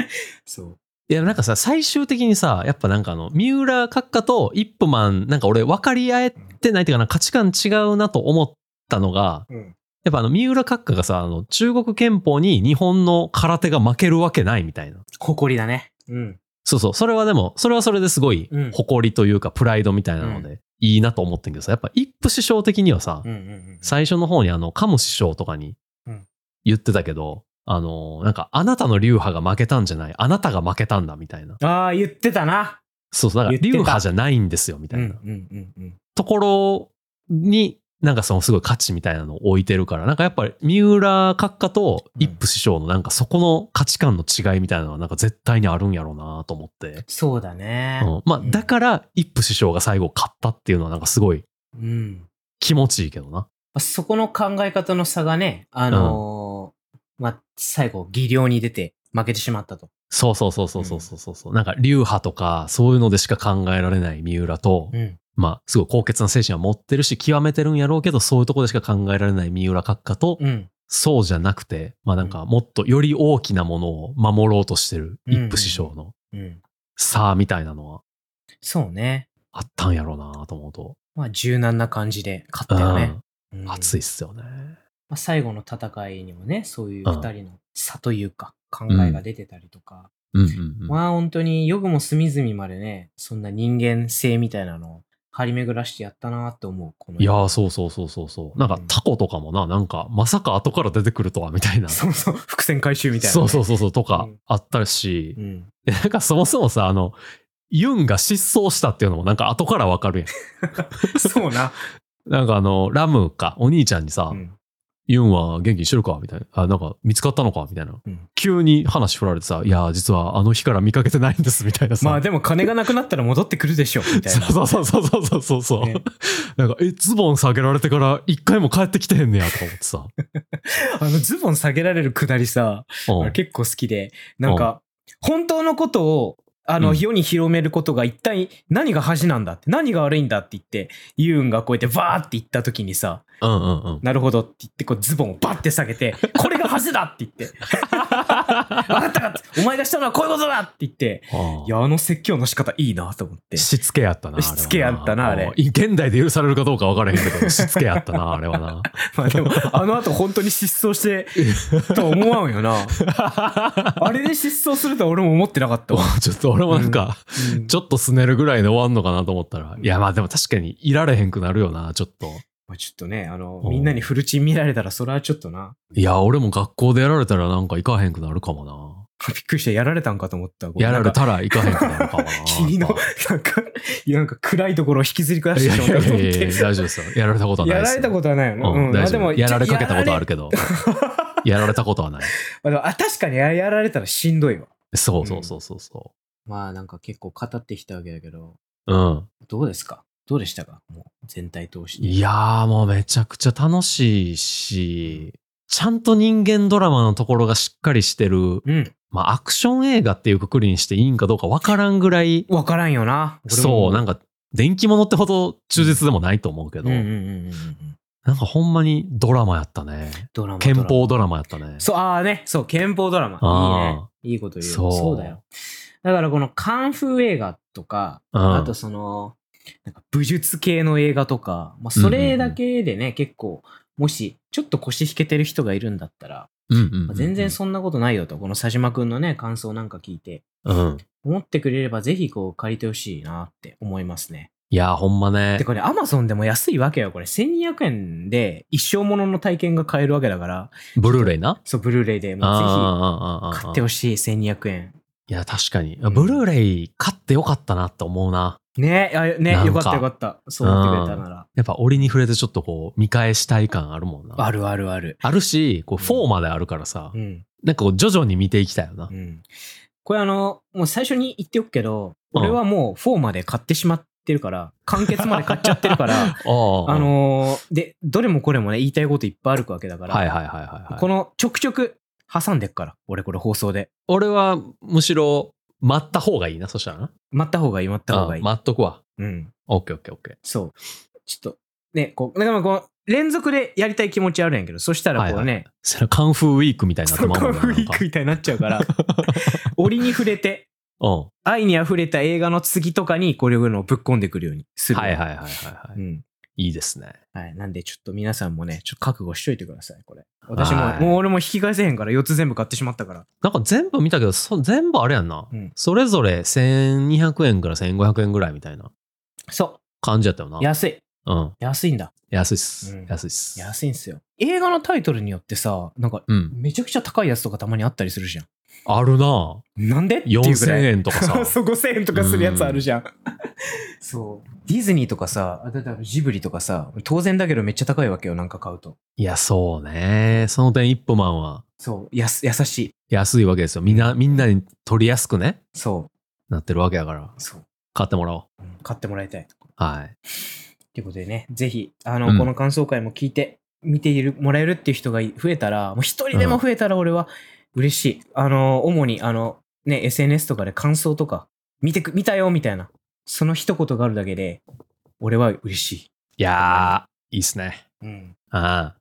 Speaker 1: そう。
Speaker 2: いや、なんかさ、最終的にさ、やっぱなんかあの、三浦閣下とイップマン、なんか俺分かり合えてないっていうかな、価値観違うなと思ったのが、
Speaker 1: うん
Speaker 2: やっぱあの、三浦閣下がさ、あの、中国憲法に日本の空手が負けるわけないみたいな。
Speaker 3: 誇りだね。
Speaker 1: うん。
Speaker 2: そうそう、それはでも、それはそれですごい
Speaker 1: うん、
Speaker 2: 誇りというか、プライドみたいなので、いいなと思ってんけどさ、やっぱイップ首相的にはさ、
Speaker 1: うんうんうん。
Speaker 2: 最初の方にあの、カム首相とかに
Speaker 1: うん
Speaker 2: 言ってたけど、あの、なんか、あなたの流派が負けたんじゃない、あなたが負けたんだみたいな。
Speaker 1: ああ、言ってたな。
Speaker 2: そうそう、だか
Speaker 1: 言
Speaker 2: ら
Speaker 1: って
Speaker 2: 流
Speaker 1: た
Speaker 2: 派じゃないんですよ、みた
Speaker 1: う
Speaker 2: い
Speaker 1: ん
Speaker 2: な、
Speaker 1: うんうんうん。
Speaker 2: ところに、なんかそのすごい価値みたいなのを置いてるから、なんかやっぱり三浦閣下と一夫師匠のなんかそこの価値観の違いみたいなのはなんか絶対にあるんやろうなと思って。
Speaker 3: そうだね
Speaker 2: う。ん、まあ、だから一夫師匠が最後勝ったっていうのはなんかすごい
Speaker 3: うん。
Speaker 2: 気持ちいいけどな。
Speaker 3: まあそこの考え方の差がね、あのーまあ、最後、技量に出て負けてしまったと。
Speaker 2: そうそうそうそうそうそうそう。うなんか流派とかそういうのでしか考えられない三浦と、
Speaker 3: うん
Speaker 2: まあ、すごい高潔な精神は持ってるし、極めてるんやろうけど、そういうとこでしか考えられない三浦閣下と、
Speaker 3: うん。
Speaker 2: そうじゃなくて、まあなんかもっとより大きなものを守ろうとしてる
Speaker 3: うん
Speaker 2: 一夫師匠の
Speaker 3: うん。
Speaker 2: 差みたいなのは
Speaker 3: そうね。
Speaker 2: あったんやろうなと思うと、
Speaker 3: まあ、柔軟な感じで勝
Speaker 2: う
Speaker 3: ったよね。
Speaker 2: ん、
Speaker 3: うん
Speaker 2: 熱いっすよね。
Speaker 3: まあ、最後の戦いにもね、そういう
Speaker 2: うん
Speaker 3: 二人の差というか、考えが出てたりとか。
Speaker 2: うんうんうん。
Speaker 3: まあ、本当に、よくも隅々までね、そんな人間性みたいなのを張り巡らしてやったなって思う。この
Speaker 2: いやーそうそうそうそうそう。なんかタコとかもな、なんかまさか後から出てくるとはみたいな。
Speaker 1: そうそう、伏線回収みたいなね、
Speaker 2: そうそうそうそうとか
Speaker 1: うん
Speaker 2: あったし
Speaker 3: う、ん。
Speaker 2: でなんかそもそもさ、あの、ユンが失踪したっていうのもなんか後からわ かるや
Speaker 1: そう な。
Speaker 2: ん。なんかあの、ラムか、お兄ちゃんにさ、
Speaker 1: うん
Speaker 2: ユンは元気にしてるかみたいな。あ、なんか見つかったのかみたいな。
Speaker 1: うん
Speaker 2: 急に話振られてさ、いや、実はあの日から見かけてないんですみたいなさ。
Speaker 1: まあでも金がなくなったら戻ってくるでしょ、みたいな。
Speaker 2: そうそうそうそうそうそうそう、
Speaker 1: ね
Speaker 2: なんか、え、ズボン下げられてから一回も帰ってきてへんねやとか思ってさ。
Speaker 1: あの、ズボン下げられるくだりさ、
Speaker 2: うん
Speaker 1: 結構好きで、なんか、本当のことを、あの、
Speaker 2: うん
Speaker 1: 世に広めることが一体何が恥なんだって、何が悪いんだって言って、ユーンがこうやってバーって言った時にさ、
Speaker 2: うんうんうん。
Speaker 1: なるほどって言って、こうズボンをバッて下げて、これが恥だって 言って、分かったかお前がしたのはこういうことだって言って、
Speaker 2: ああ
Speaker 1: いや、あの説教の仕方いいなと思って。
Speaker 2: しつけやったな。あれはな
Speaker 1: しつけやったなあれ
Speaker 2: うん現代で許されるかどうか分からへんけど、しつけやったな、あれ はな。
Speaker 1: まあでも、あの後本当に失踪して、とは思わんよな。あれで失踪するとは俺も思ってなかったわ。
Speaker 2: ちょっと俺もなんか、
Speaker 1: うん
Speaker 2: ちょっとすねるぐらいで終わんのかなと思ったら、いや、まあでも確かにいられへんくなるよな、ちょっと。
Speaker 1: まあちょっとね、あの、
Speaker 2: うん
Speaker 1: みんなにフルチン見られたら、それはちょっとな、
Speaker 2: いや、俺も学校でやられたらなんか行かへんくなるかもな。
Speaker 1: びっくりしてやられたんかと思った。
Speaker 2: やられ
Speaker 1: なんか。
Speaker 2: たら行かへんくなるか もな。
Speaker 1: 君の
Speaker 2: やっ、
Speaker 1: なんか、いや、なんか暗いところを引きずり返
Speaker 2: ぱい
Speaker 1: して
Speaker 2: や
Speaker 1: しま
Speaker 2: い
Speaker 1: ったと
Speaker 2: や
Speaker 1: 思っ
Speaker 2: いやいや
Speaker 1: て。
Speaker 2: 大丈夫ですよ。やられたことはない
Speaker 1: や
Speaker 2: で
Speaker 1: られ
Speaker 2: すよ。
Speaker 1: たことはないよな。
Speaker 2: うん
Speaker 1: ま
Speaker 2: 大
Speaker 1: あで
Speaker 2: 丈夫
Speaker 1: も、
Speaker 2: やられかけたことはある
Speaker 1: け
Speaker 2: けど。 やられたことはない。
Speaker 1: ど。まあでもあ確かにややられたらしんどいわ。
Speaker 2: そうそうそうそうそ
Speaker 3: まあ、なんか結構語ってきたわけだけど、
Speaker 2: う。うん。
Speaker 3: どうですかどうでしたかもう、全体通して。
Speaker 2: いやーもうめちゃくちゃ楽しいし、ちゃんと人間ドラマのところがしっかりしてる、
Speaker 1: うん。
Speaker 2: まあアクション映画っていうくくりにしていいんかどうかわからんぐらい、
Speaker 1: わからんよな。俺も
Speaker 2: そう、なんか電気物ってほど忠実でもないと思うけど、
Speaker 3: うんうんうんうんうんうん。
Speaker 2: なんかほんまにドラマやったね。
Speaker 3: ドラマ。
Speaker 2: 憲
Speaker 3: ドラマ
Speaker 2: 法ドラマやったね。
Speaker 1: そう、ああね、そう、憲法ドラマ。
Speaker 2: あー
Speaker 3: いいね。いいこと言う。
Speaker 2: そう
Speaker 3: そうだよ。だからこのカンフー映画とか、
Speaker 2: うん
Speaker 3: あとその、なんか武術系の映画とか、まあ、それだけでね、結構、もし、ちょっと腰引けてる人がいるんだったら、
Speaker 2: うんうんうん
Speaker 3: まあ全然そんなことないよと、この佐島くんのね、感想なんか聞いて、
Speaker 2: うん。
Speaker 3: 思ってくれればぜひこう借りてほしいなって思いますね。
Speaker 2: いやー、ほんまね
Speaker 3: で、。これ Amazon でも安いわけよ。これ1200円で一生ものの体験が買えるわけだから、
Speaker 2: ブルーレイな。
Speaker 3: そう、ブルーレイで
Speaker 2: あ
Speaker 3: もう
Speaker 2: あ
Speaker 3: ぜひ買
Speaker 2: 買
Speaker 3: ってほしい1200円。
Speaker 2: いや、確かに。
Speaker 3: ん
Speaker 2: ブルーレイ買ってよかったなって思うな。
Speaker 3: ねあね
Speaker 2: なんか
Speaker 3: よかったよかった。そう思ってくれたなら。
Speaker 2: やっぱ折に触れてちょっとこう、見返したい感あるもんな。
Speaker 3: あるあるある。
Speaker 2: あるし、こう、4まであるからさ
Speaker 3: う、ん。
Speaker 2: なんかこう、徐々に見ていきたいよな
Speaker 3: う。ん。これあの、もう最初に言っておくけど、
Speaker 2: うん
Speaker 3: 俺はもう4まで買ってしまってるから、完結まで買っちゃってる から、
Speaker 2: あ
Speaker 3: あ、のーで、どれもこれもね、言いたいこといっぱいあるわけだから、
Speaker 2: はいはいはいはいはい。
Speaker 3: このちょくちょく挟んでっから、俺これ放送で。
Speaker 2: 俺はむしろ待った方がいいな、そしたらな。
Speaker 3: 待った方がいい、待った方がい
Speaker 2: う
Speaker 3: い。
Speaker 2: ん待っとくわ。
Speaker 3: うん。
Speaker 2: オッケーオッケーオッケ
Speaker 3: そう。ちょっと、ね、こう、だからこう、連続でやりたい気持ちあるんやけど、そしたらこう
Speaker 2: はい
Speaker 3: ね、
Speaker 2: ー。それカンフーウィークみたいになって
Speaker 3: そこ
Speaker 2: まうもん
Speaker 3: フ
Speaker 2: な
Speaker 3: リークみたいになっちゃう から、折に触れて、
Speaker 2: うん。
Speaker 3: 愛に溢れた映画の次とかにこれをぶっ込んでくるようにする。
Speaker 2: はいはいはいはいは
Speaker 3: う
Speaker 2: い。
Speaker 3: ん。
Speaker 2: いいですね。
Speaker 3: はい。なんで、ちょっと皆さんもね、ちょっと覚悟しといてください、これ。私も、
Speaker 2: はい
Speaker 3: もう俺も引き返せへんから、4つ全部買ってしまったから。
Speaker 2: なんか全部見たけど、そ全部あれやんな、
Speaker 3: うん
Speaker 2: それぞれ1200円から1500円ぐらいみたいな
Speaker 3: そ
Speaker 2: 感じやったよな。
Speaker 3: う。安い。
Speaker 2: うん。
Speaker 3: 安いんだ。
Speaker 2: 安いっす。
Speaker 3: うん
Speaker 2: 安いっす。
Speaker 3: 安いんすよ。映画のタイトルによってさ、なんか、
Speaker 2: うん。
Speaker 3: めちゃくちゃ高いやつとかたまにあったりするじゃん。
Speaker 2: あるな
Speaker 3: なんでっていうぐらい。。
Speaker 2: 4000円とか さ
Speaker 3: そう、5000円とかするやつあるじゃん。そう。ディズニーとかさ、あだってジブリとかさ、当然だけどめっちゃ高いわけよ、なんか買うと。
Speaker 2: いや、そうね。その点、一歩マンは
Speaker 3: そう、やす優しい。
Speaker 2: 安いわけですよ。みんな、みんなに取りやすくね、
Speaker 3: そ
Speaker 2: なってるわけやから、
Speaker 3: う、そう。
Speaker 2: 買ってもらおう。
Speaker 3: うん買ってもらいたい。
Speaker 2: はい。
Speaker 3: ということでね、ぜひ、あの、
Speaker 2: うん
Speaker 3: この感想会も聞いて、見ているもらえるっていう人が増えたら、もう一人でも増えたら俺は嬉しい。あの、主に、あの、ね、SNS とかで感想とか、見てく、見たよみたいな、その一言があるだけで、俺は嬉しい。
Speaker 2: いやー、いいっすね。
Speaker 3: うん。
Speaker 2: あ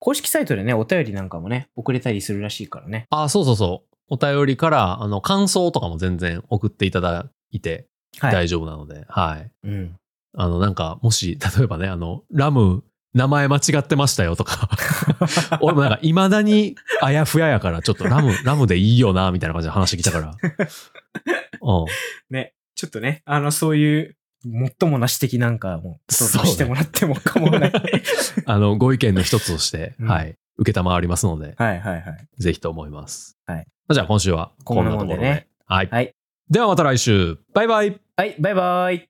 Speaker 3: 公式サイトでね、お便りなんかもね、送れたりするらしいからね。
Speaker 2: あ、そうそうそう。お便りから、あの、感想とかも全然送っていただいて
Speaker 3: はい。
Speaker 2: 大丈夫なので、はい。
Speaker 3: うん。
Speaker 2: あの、なんか、もし、例えばね、あの、ラム、名前間違ってましたよ とか、俺もなんか、未だにあやふややから、ちょっとラ ム、ラムでいいよな、みたいな感じで話してきたから。うん。
Speaker 3: ね、ちょっとね、あの、そういう、もっともなし的なんかも、
Speaker 2: そうね
Speaker 3: してもらっても構わ ない。
Speaker 2: あの、ご意見の一つとして、
Speaker 3: うん
Speaker 2: はい、受けたまわりますので、
Speaker 3: はいはいはい。
Speaker 2: ぜひと思います。
Speaker 3: はい。
Speaker 2: じゃあ今週はこんなとこ
Speaker 3: こ
Speaker 2: ろ
Speaker 3: んなもん
Speaker 2: で。
Speaker 3: でね
Speaker 2: はい。
Speaker 3: はい
Speaker 2: ではまた来週。バイバイ。
Speaker 3: はい、バイバイ。